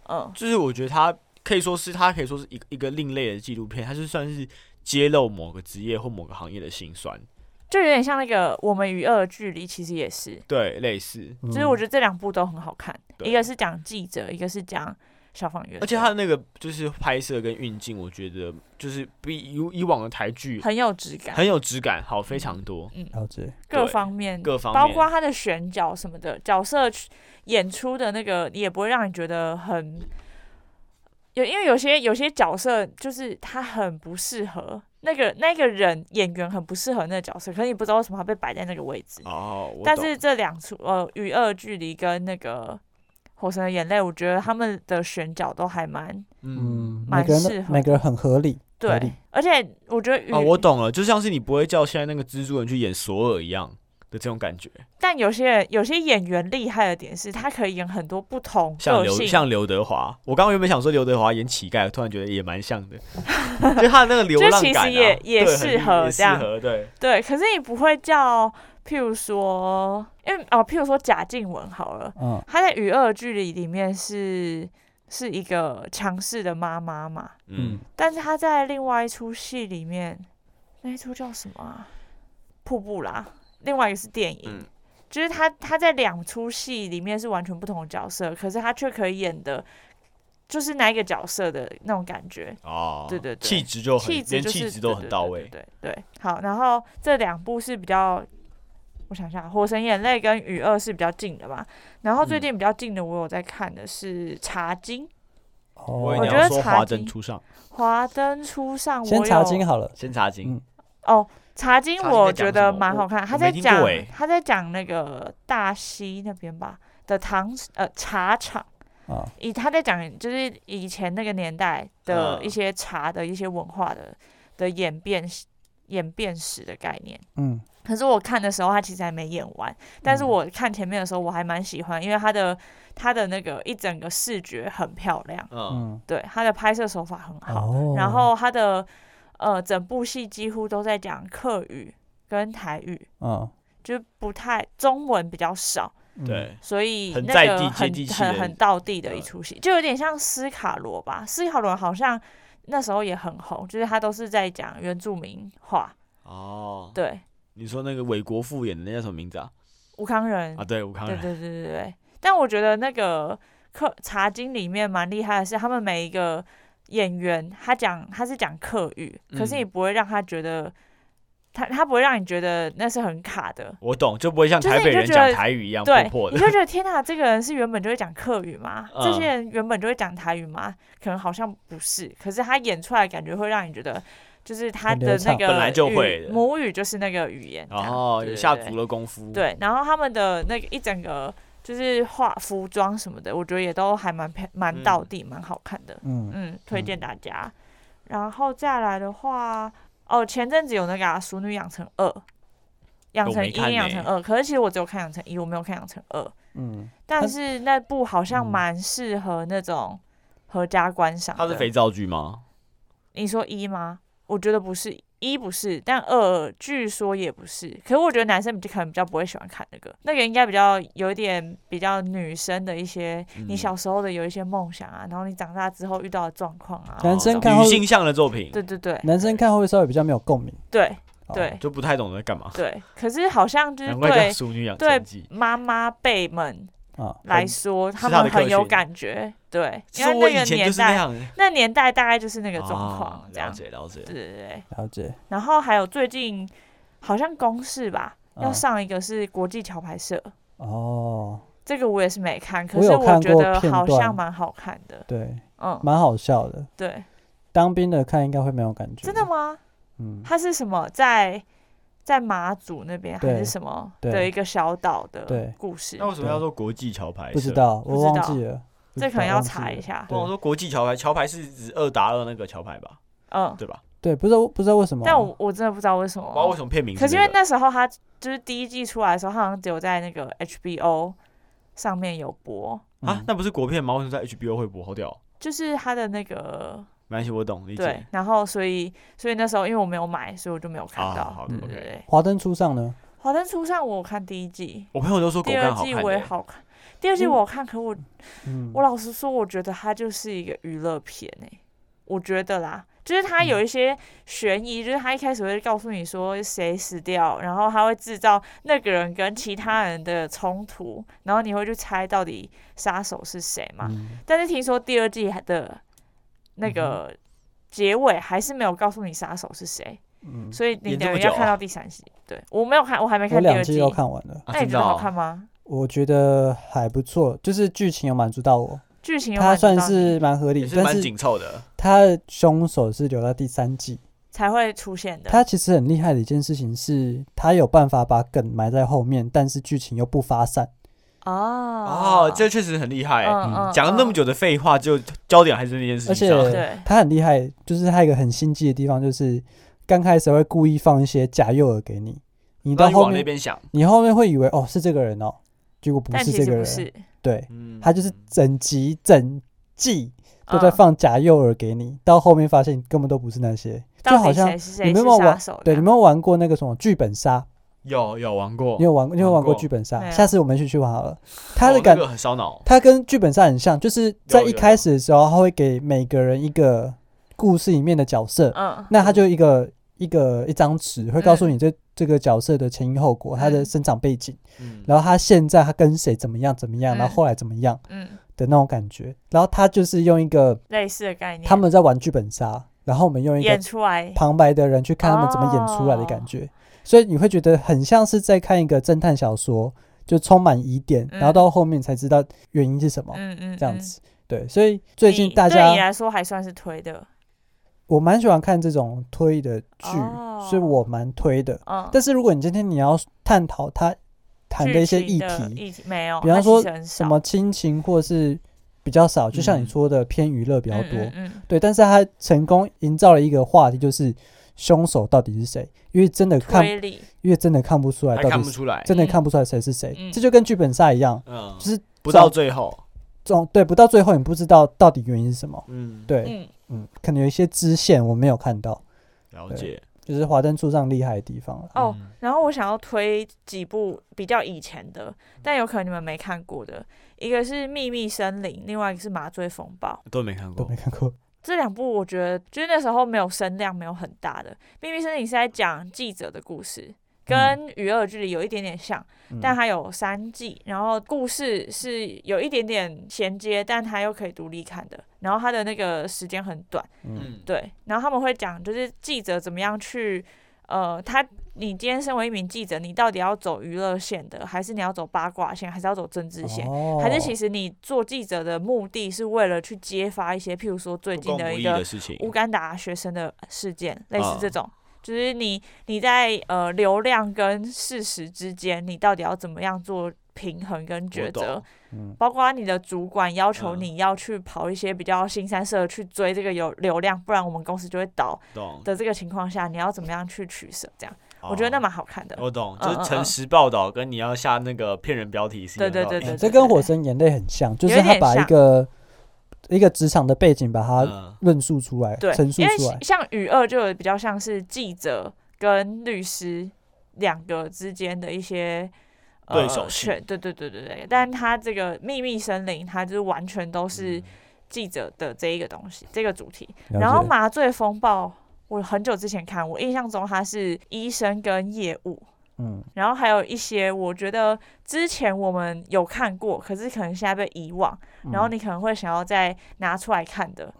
嗯，
就是我觉得它可以说是它可以说是一个一个另类的纪录片，它就算是揭露某个职业或某个行业的辛酸，
就有点像那个《我们与恶的距离》，其实也是。
对，类似，
嗯，
所以我觉得这两部都很好看，
对
一个是讲记者，一个是讲消防员的，
而且它的那个就是拍摄跟运镜，我觉得就是比以以往的台剧
很有质感，
很有质感，好非常多，
嗯，
了解，
各方面
各方
包
面，
括他的选角什么的，角色去演出的那个也不会让你觉得很有，因为有些有些角色就是他很不适合那个那个人演员很不适合那个角色，可是你不知道为什么他被摆在那个位置。
哦，我
但
懂
是这两出呃《与恶的距离》跟那个《火神的眼泪》，我觉得他们的选角都还蛮
嗯。
嗯，
蛮
每个人
适合
都每个人很合理，合
对
理，
而且我觉得与、
哦，我懂了，就像是你不会叫现在那个蜘蛛人去演索尔一样的这种感觉，
但有些人有些演员厉害的点是，他可以演很多不同
像
个
刘
性
像刘德华，我刚刚原本想说刘德华演乞丐，突然觉得也蛮像的， 就他的那个流
就
浪
其实
感、啊，
也也
对
适
很
合
也
这样
适合对，嗯
对，可是你不会叫，譬如说，因为哦，譬如说贾静雯好了，
嗯
她在《与恶的距离》里面是是一个强势的妈妈嘛，
嗯，
但是她在另外一出戏里面，那一出叫什么啊？瀑布啦，另外一个是电影，
嗯
就是她她在两出戏里面是完全不同的角色，可是她却可以演的，就是那一个角色的那种感觉，
哦，
对对对
气质就很
气质
连
就是
气质都很到位，
对对对对对好，然后这两部是比较，我想一下，《火神眼泪》跟《雨二》是比较近的嘛。然后最
嗯
近比较近的，我有在看的是《茶经》
哦
以
我
为
觉
你
得
要说
茶
华
经
灯初上，
《华灯初上》，
先
我
查
有
经好了，
先查经
嗯，
哦，《茶经》
茶经
我
在
觉
讲什么
得蛮
我
好看，他
我
在
没听过
讲
欸
他在讲那个大溪那边吧的糖呃茶厂。
啊，
以他在讲就是以前那个年代的
嗯
一些茶的一些文化的的演变演变史的概念。
嗯，
可是我看的时候，他其实还没演完，但
嗯
是我看前面的时候，我还蛮喜欢，因为他的他的那个一整个视觉很漂亮，
嗯，
嗯，
对他的拍摄手法很好，
哦
然后他的呃整部戏几乎都在讲客语跟台语，
嗯，
就不太中文比较少，
嗯，
对，
所以
很
那
在
个
地
很
接地气
很
的
很道地的
呃
一出戏，就有点像斯卡罗吧。斯卡罗好像那时候也很红，就是他都是在讲原住民话。
哦，
对，
你说那个韦国富演的那叫什么名字啊？
吴康仁，
啊，对，吴康
对
仁，
对对对对。但我觉得那个客茶经里面蛮厉害的是，他们每一个演员他讲他是讲客语，可是
嗯
你不会让他觉得。他他不会让你觉得那是很卡的，
我懂，就不会像
就是
台北
你就
人
觉
讲
得
台语一样
对
破，啊破
你
的。
就觉得天哪，这个人是原本就会讲客语吗？
嗯
这些人原本就会讲台语吗？可能好像不是，可是他演出来感觉会让你觉得，就是他
很流
的那
畅
个
本来就
语
会的
母语就是那个语言，
然后也
也
哦下足了功夫。，
对，然后他们的那个一整个就是化服装什么的，我觉得也都还蛮配蛮到
嗯
地，蛮好看的，
嗯，
嗯，推
嗯
荐大家。然后再来的话，哦，前阵子有那个、啊《熟女养成二》。养
我
成
没
一、
看
养
呢
成二，可是其实我只有看养成一，我没有看养成二。
嗯，它
但是那部好像
嗯
蛮适合那种合家观赏。
它是肥，皂剧吗？
你说一吗？我觉得不是，一不是，但二据说也不是。可是我觉得男生比可能比较不会喜欢看那个，那个应该比较有一点比较女生的一些，你
嗯
小时候的有一些梦想啊，然后你长大之后遇到的状况啊。
男生看
哦女
会
性向的作品，
对对对
男生看会稍微比较没有共鸣，
对
哦
对
就不太懂得干嘛。
对，可是好像就是
难怪叫
对
《熟女养
对
成记
妈妈辈们
啊，
来说，他
他的
们很
客
有
群
感觉，对，》，因
说我
为
以
那个
前就
年
是那
代。
样的
那年代大概就是那个状
啊
况，这样、
了解了解
对。对对。
了解，
然后还有最近好像公式吧，
嗯
要上一个是国际桥牌社，
哦，
这个我也是没看，可
我
是
有看
我觉
过
得
片
好
段
像蛮好看的。
对，
嗯，
蛮好笑的。
对，
当兵的看应该会没有感觉，
真的？吗？
嗯，
它是什么在在马祖那边还
对
是什么
对
的一个小岛的
对
故事
那？为什么
对
要做国际桥牌？
不知。道，
不
我
知
忘
道
记了，不
这
知
可能
道
要
忘记
查
了
一下
不能
对
说国际桥牌，桥牌是指二打二那个桥牌吧？
嗯，
对吧？
对，不知道不知道为什么，
但我我真的不知道为什么
不知道为什么片名、
可
那
是因为
个
那时候他就是第一季出来的时候，他好像只有在那个 HBO 上面有播，
嗯
啊，那不是国片吗？为什么在 HBO 会播？好屌哦！
就是他的那个
没关系，我懂理
对
解。，啊
然后所以所以那时候因为我没有买，所以我就没有看
好
到。
哦
嗯
好好
对
，OK
对对，
华灯初上呢，
《华灯初上》我有看第一季，
我朋友都说狗
第
干
二
好
季
看、
我也
欸，
好看。第二季我有看，可我
嗯，
我老实说，我觉得它就是一个娱乐片诶、我觉得啦，就是它
嗯
有一些悬疑，就是它一开始会告诉你说谁死掉，然后它会制造那个人跟其他人的冲突，然后你会去猜到底杀手是谁嘛。
嗯
但是听说第二季的那个结尾还是没有告诉你杀手是谁，
嗯，
所以你
演这
等
么
于要
久
看
啊
到第三季。对我没有看，我还没
我
看第
两
二
季
季。
都看完了，
哎
啊
那你
真
觉得
的
好
哦
看吗？
我觉得还不错，就是剧情有满足到我，
剧情有
它
满足
算
到你
是蛮合
也
理，
是
但
蛮
是
紧凑的。
它的凶手是留到第三季。
才会出现的。
它其实很厉害的一件事情是，它有办法把梗埋在后面，但是剧情又不发散。
哦
哦，这确实很厉害、欸。
嗯
讲了那么，久的废话，就焦点还是那件事
而
情
且
上。
对
他很厉害，就是他有一个很心机的地方，就是刚开始会故意放一些假诱饵给你，你
然
到
后你
后
往那
面
边想，
你后面会以为哦是这个人哦，结果不
但
是
其
这
实
个
不
人，
是，
对
嗯
他就是整集整季都在
嗯，
放假诱饵给你，到后面发现根本都不是那些，就
到
好
底
像
谁是
你
谁是
们有没有
杀
玩
手这
对，你
样？
们有玩过那个什么剧本杀？
哦有有玩过
你，有玩，你有
玩
玩过
过
剧本杀？
对啊
下次我们一起去玩好了。他的
哦
感
那个很烧脑。
它跟剧本杀很像，就是在
有
一
有
开始的时候，他会给每个人一个故事里面的角色，
嗯，
那他就一个一个一张纸，会告诉你这、这个角色的前因后果，他的
嗯
生长背景，
嗯，
然后他现在他跟谁怎么样怎么样，
嗯
然后后来怎么样
嗯，
的那种感觉。然后他就是用一个
类似的概念，
他们在玩剧本杀，然后我们用一个
演哦出来，
旁白的人去看他们怎么演出来的感觉，所以你会觉得很像是在看一个侦探小说，就充满疑点，
嗯
然后到后面才知道原因是什么。
嗯嗯，
这样
嗯。
子。对，所以最近
你
大
对你
家
来说还算是推的，
我蛮喜欢看这种推的剧，
哦
所以我蛮推的。
嗯，
但是如果你今天你要探讨它谈的一些
剧
议
情的
题，
议题没有，
比方
那其
说
实很少
什么亲情或是比较少，就像
嗯
你说的偏娱乐比较
嗯
多，
嗯嗯
对。但是它成功营造了一个话题，就是凶手到底是谁，因为真的看，
推理，
因为真的看不出来
还
到
看
底
不
是
出来，
真的
嗯
看不出来谁是谁，
嗯
这就跟剧本杀一样，
嗯，
就是
不到最后，
总对不到最后你不知道到底原因是什么，
嗯，，
对，
嗯，
嗯，可能有一些支线我没有看到，
了
对
解。
就是华灯初上厉害的地方了。
哦
嗯，
然后我想要推几部比较以前的，但有可能你们没看过的，一个是《秘密森林》，另外一个是《麻醉风暴》。
都没看
都
过
没，看过，
这两部我觉得就是那时候没有声量，没有很大的。《秘密森林》是在讲记者的故事，跟《娱乐距离》有一点点像，
嗯
但它有三季，然后故事是有一点点衔接，但它又可以独立看的。然后它的那个时间很短，
嗯，
对。然后他们会讲就是记者怎么样去，呃，他你今天身为一名记者，你到底要走娱乐线的，还是你要走八卦线，还是要走政治线？
哦
还是其实你做记者的目的是为了去揭发一些，譬如说最
不
近
公
的
不
一
义
个
的事情，
乌干达学生的事件，类似
啊
这种，就是你你在呃流量跟事实之间，你到底要怎么样做平衡跟
我
抉
懂
择？
嗯
包括你的主管要求
嗯
你要去跑一些比较新三社去追这个有流量，不然我们公司就会倒
懂。
的这个情况下，你要怎么样去取舍？这样，我
哦
觉得那蛮好看的。
我懂，
嗯
就
嗯
是
嗯
诚实报道跟你要下那个骗人标题是一样的
对
道 理
对对
哎这跟《火神眼泪》很像，就是
有
他
点
把一
像
个一个职场的背景把它
嗯
论述出来、
对，
陈述
因为
出来。
像雨二就有比较像是记者跟律师两个之间的一些。呃
对手戏
选对对对对对，但他这个秘密森林，它就是完全都是
嗯
记者的这一个东西，这个主题。
了
然后
解
麻醉风暴，我很久之前看，我印象中它是医生跟业务，
嗯，
然后还有一些我觉得之前我们有看过，可是可能现在被遗忘，然后
嗯
你可能会想要再拿出来看的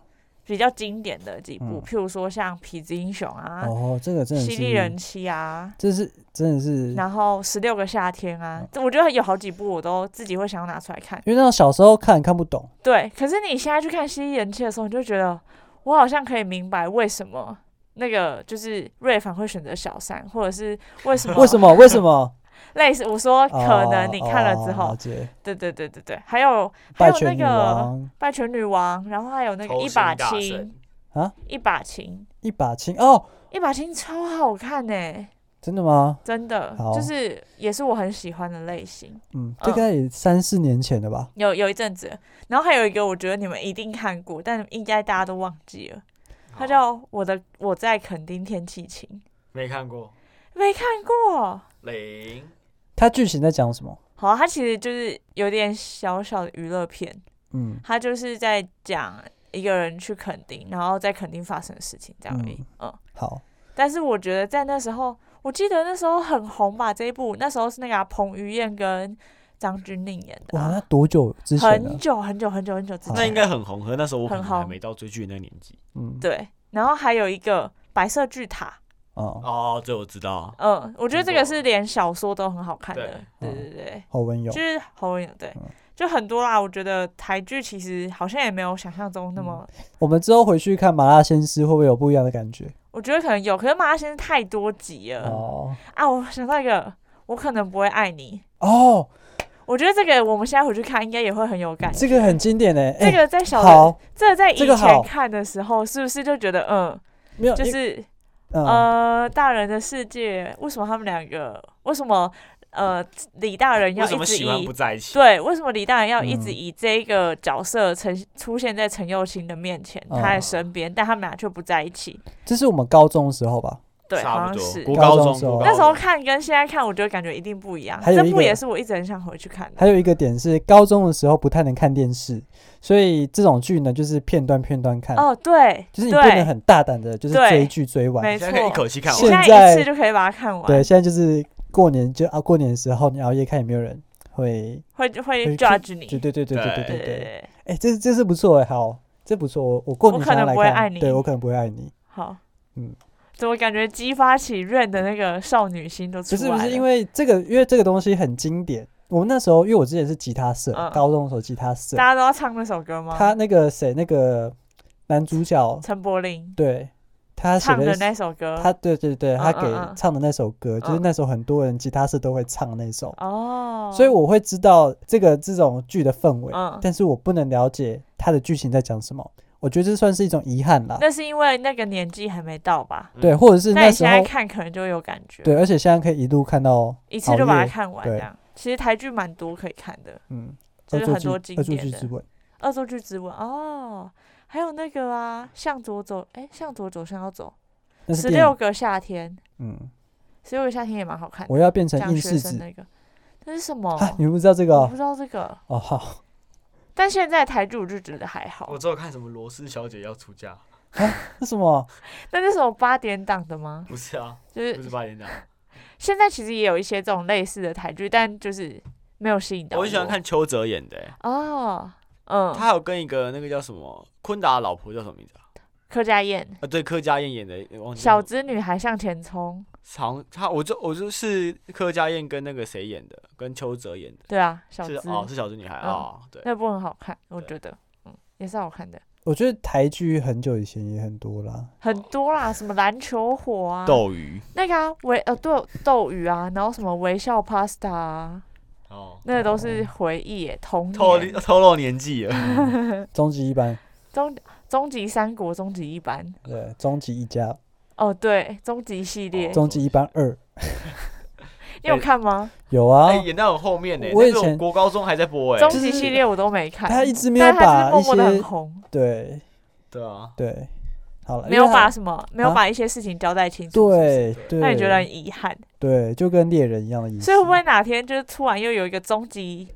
比较经典的几部，
嗯
譬如说像《痞子英雄》啊，
哦，这个真的
犀利
是，
人妻》啊，
这是真的是，哦
然后《十六个夏天》啊，这我觉得有好几部我都自己会想要拿出来看。
因为那种小时候看看不懂，
对，可是你现在去看《犀利人妻》的时候，你就觉得我好像可以明白为什么。那个就是瑞凡会选择小三，或者是为什么？
为什么？为什么？
类似我说哦 可能
哦
你看了之
哦
后
了，解
对对对对对，还有还
拜
有那
权女
个
王
拜权女王，然后还有那个
偷
一
心
把
大
青
神
啊，
一把青，
一把青哦，
一把青超好看呢、
真的吗？
真的
好，
就是也是我很喜欢的类型，
嗯，
嗯
大概也三四年前的吧。
有有一阵子，然后还有一个我觉得你们一定看过，但应该大家都忘记了，它
好
叫我的我在垦丁天气晴，
没看过
没看过。
零
它剧情在讲什么？
好啊，它其实就是有点小小的娱乐片，
嗯，
他就是在讲一个人去垦丁，然后在垦丁发生的事情这样而已。嗯
好，
但是我觉得在那时候，我记得那时候很红吧这一部，那时候是那个啊、彭于晏跟张钧甯演的
哇，那
啊、
多久之前
很
了？
久很久很久很久之前，
哦
那应该很红，可是那时候我可能
很红
还没到追剧的那个年纪。
嗯，
对。然后还有一个白色巨塔，
哦，
哦，这我知道。
嗯，我觉得这
听
个
过
是连小说都很好看的，
对
对
嗯
对对，
侯文勇
就，是侯文勇对
嗯，
就很多啦。我觉得台剧其实好像也没有想象中那么，
我们之后回去看《麻辣鲜师》，会不会有不一样的感觉？
我觉得可能有，可是麻辣先生太多集了，
哦
啊，我想到一个，我可能不会爱你。
哦，
我觉得这个我们现在回去看，应该也会很有感觉。
这个很经典诶，
这
哎，
个在小的，
好，
这个在以
这个好
前看的时候，是不是就觉得嗯，
没有，
就
因
是
嗯，
呃，大人的世界，为什么他们两个，为什么呃，李大人要
为什
一
么
直
喜欢
以
不在一起？
对，为什么李大人要一直
嗯
以这个角色陈出现在陈幼卿的面前，
哦
他的身边，但他们俩却不在一起？
这是我们高中的时候吧？
对，
差
好
不
像
多
是。
国
高
高
中
中
时候
国高
那时候
中
看跟现在看，我觉得感觉一定不一样。
还有
这
一
部
个
也是我一直很想回去看的。
还有一个点是，高中的时候不太能看电视，所以这种剧呢，就是片段片段看，
哦，对，
就是你不能
对，
很大胆的，就是
对
追剧追完。
没
你
错
现在，可以一口气看
现
现在
完。
在
一次就可以把它看完，
对，现在就是过年就啊，过年的时候你熬夜看，有没有人会？
会会
会
judge 你，
对对对对对对
对
对
对
对。
对，
哎，这这是不错哎，好，这不错，我我过
我
年
可
想要
能
来
不会爱
看，
你
对我可能不会爱你。
好，
嗯
嗯，怎么感觉激发起 Rain 的那个少女心都出
不
来
是不
了？
是，因为这个，因为这个东西很经典。我们那时候，因为我之前是吉他社，
嗯
高中的时候吉他社
大，家都要唱那首歌吗？
他那个谁，那个男主角，
陈柏霖
对他写
唱
的
的
一
那首歌，
他对对对，他
嗯嗯
给
嗯
唱的那首歌，就是
嗯
那时候很多人吉他社都会唱那首，
哦，
所以我会知道这个这种剧的氛围，
嗯
但是我不能了解它的剧情在讲什么。我觉得这算是一种遗憾啦。
那是因为那个年纪还没到吧？
对，或者是
那
那
你
时
现在
候
看可能就有感觉，
对，而且现在可以一路看到
一次就把
熬
它
夜
看完这
对
样。其实台剧蛮多可以看的，
嗯，
就
恶
是
作
很多
剧
经
恶作
典
剧
的
之
《
吻，
恶作剧之吻》哦，还有那个啊，向左走，哎，向左走，向右走，
那是
十
电
六
影。
个夏天，
嗯，
十六个夏天也蛮好看的。
我要变成
讲
硬柿
学生
子
那个，那是什么？
啊！你们不知道这个
我
哦
不知道这个，
哦，好，
但现在台剧我就觉得还好
我。只有看什么罗斯小姐要出嫁，
是什么？
那那种八点档的吗？
不是啊，
就
不
是
是八点档。
现在其实也有一些这种类似的台剧，但就是没有吸引到
我很喜欢看邱泽演的、欸，
哦，嗯，
他还有跟一个那个叫什么昆达的老婆叫什么名字啊？
柯佳燕，
啊，对，柯佳燕演的，忘记
小
叫什
资女孩向前冲，
么好像他，我就我就是柯佳燕跟那个谁演的，跟邱泽演的，
对啊，小
是
资、
哦，是小资女孩啊、哦，对，
那部很好看，我
对
觉得，嗯，也是好看的，
我觉得台剧很久以前也很多 啦。
很多啦，什么篮球火啊，
哦斗鱼
那个啊，微呃对斗鱼啊，然后什么微笑 pasta 啊，
哦，
那个都是回忆耶，童
透
年，
透露年纪了，
嗯终极一班，
终终极三国，终极一班，
对，终极一家，
哦对，终极系列，
哦终极一班二
你有看吗？
有啊
哎、，演到很后面呢、欸，
我以
那个
前
国高中还在播哎、
终
欸，
就
极
是
系列我都没看，
他一直没有
但它
把
就
一
是默默的很
些
红，
对
对啊，
对，好了，
没
因为
有把
他
什么，没有
啊
把一些事情交代清楚，是不是，
对对，
那你觉得很遗憾？
对，就跟猎人一样的意思。
所以会不会哪天就是突然又有一个终极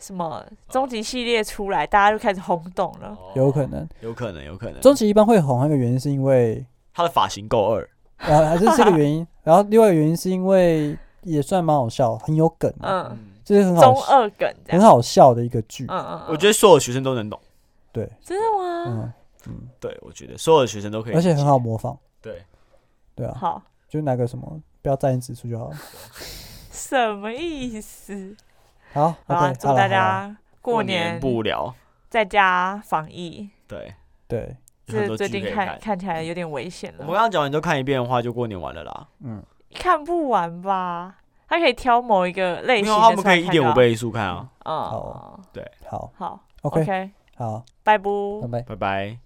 什么终极系列出来，大家就开始轰动了？
哦
有可，能？
有可能，有可能，
终极一般会红，还有一个原因是因为，
他的发型够二，
呃，还是这个原因。然后另外一个原因是因为也算蛮好笑，很有梗、啊，
嗯，
嗯，
就是很好
中二梗这
很
样。
好笑的一个剧。
嗯嗯，
我觉得所有学生都能懂，
对，
得真的吗？
嗯嗯，
对我觉得所有的学生都可以理
而
解，
且很好模仿，
对，
对啊，
好，
就拿个什么，不要站你指数就好了。
什么意思？
好
好啊，
，OK，
祝
好了
大，
好了
家过年
不无聊，
在家防疫。
对，
对，
有很
这
多
最
剧可
近
以
看
看。
看起来有点危险
我们
了，
刚刚讲完都看一遍的话，就过年完了啦。
嗯，
看不完吧？他可以挑某一个类
没
型
有，
的，
他们可以一点五。倍速看啊。
嗯，
好
好
好
好
，OK，好，
拜拜。
拜拜。
拜拜。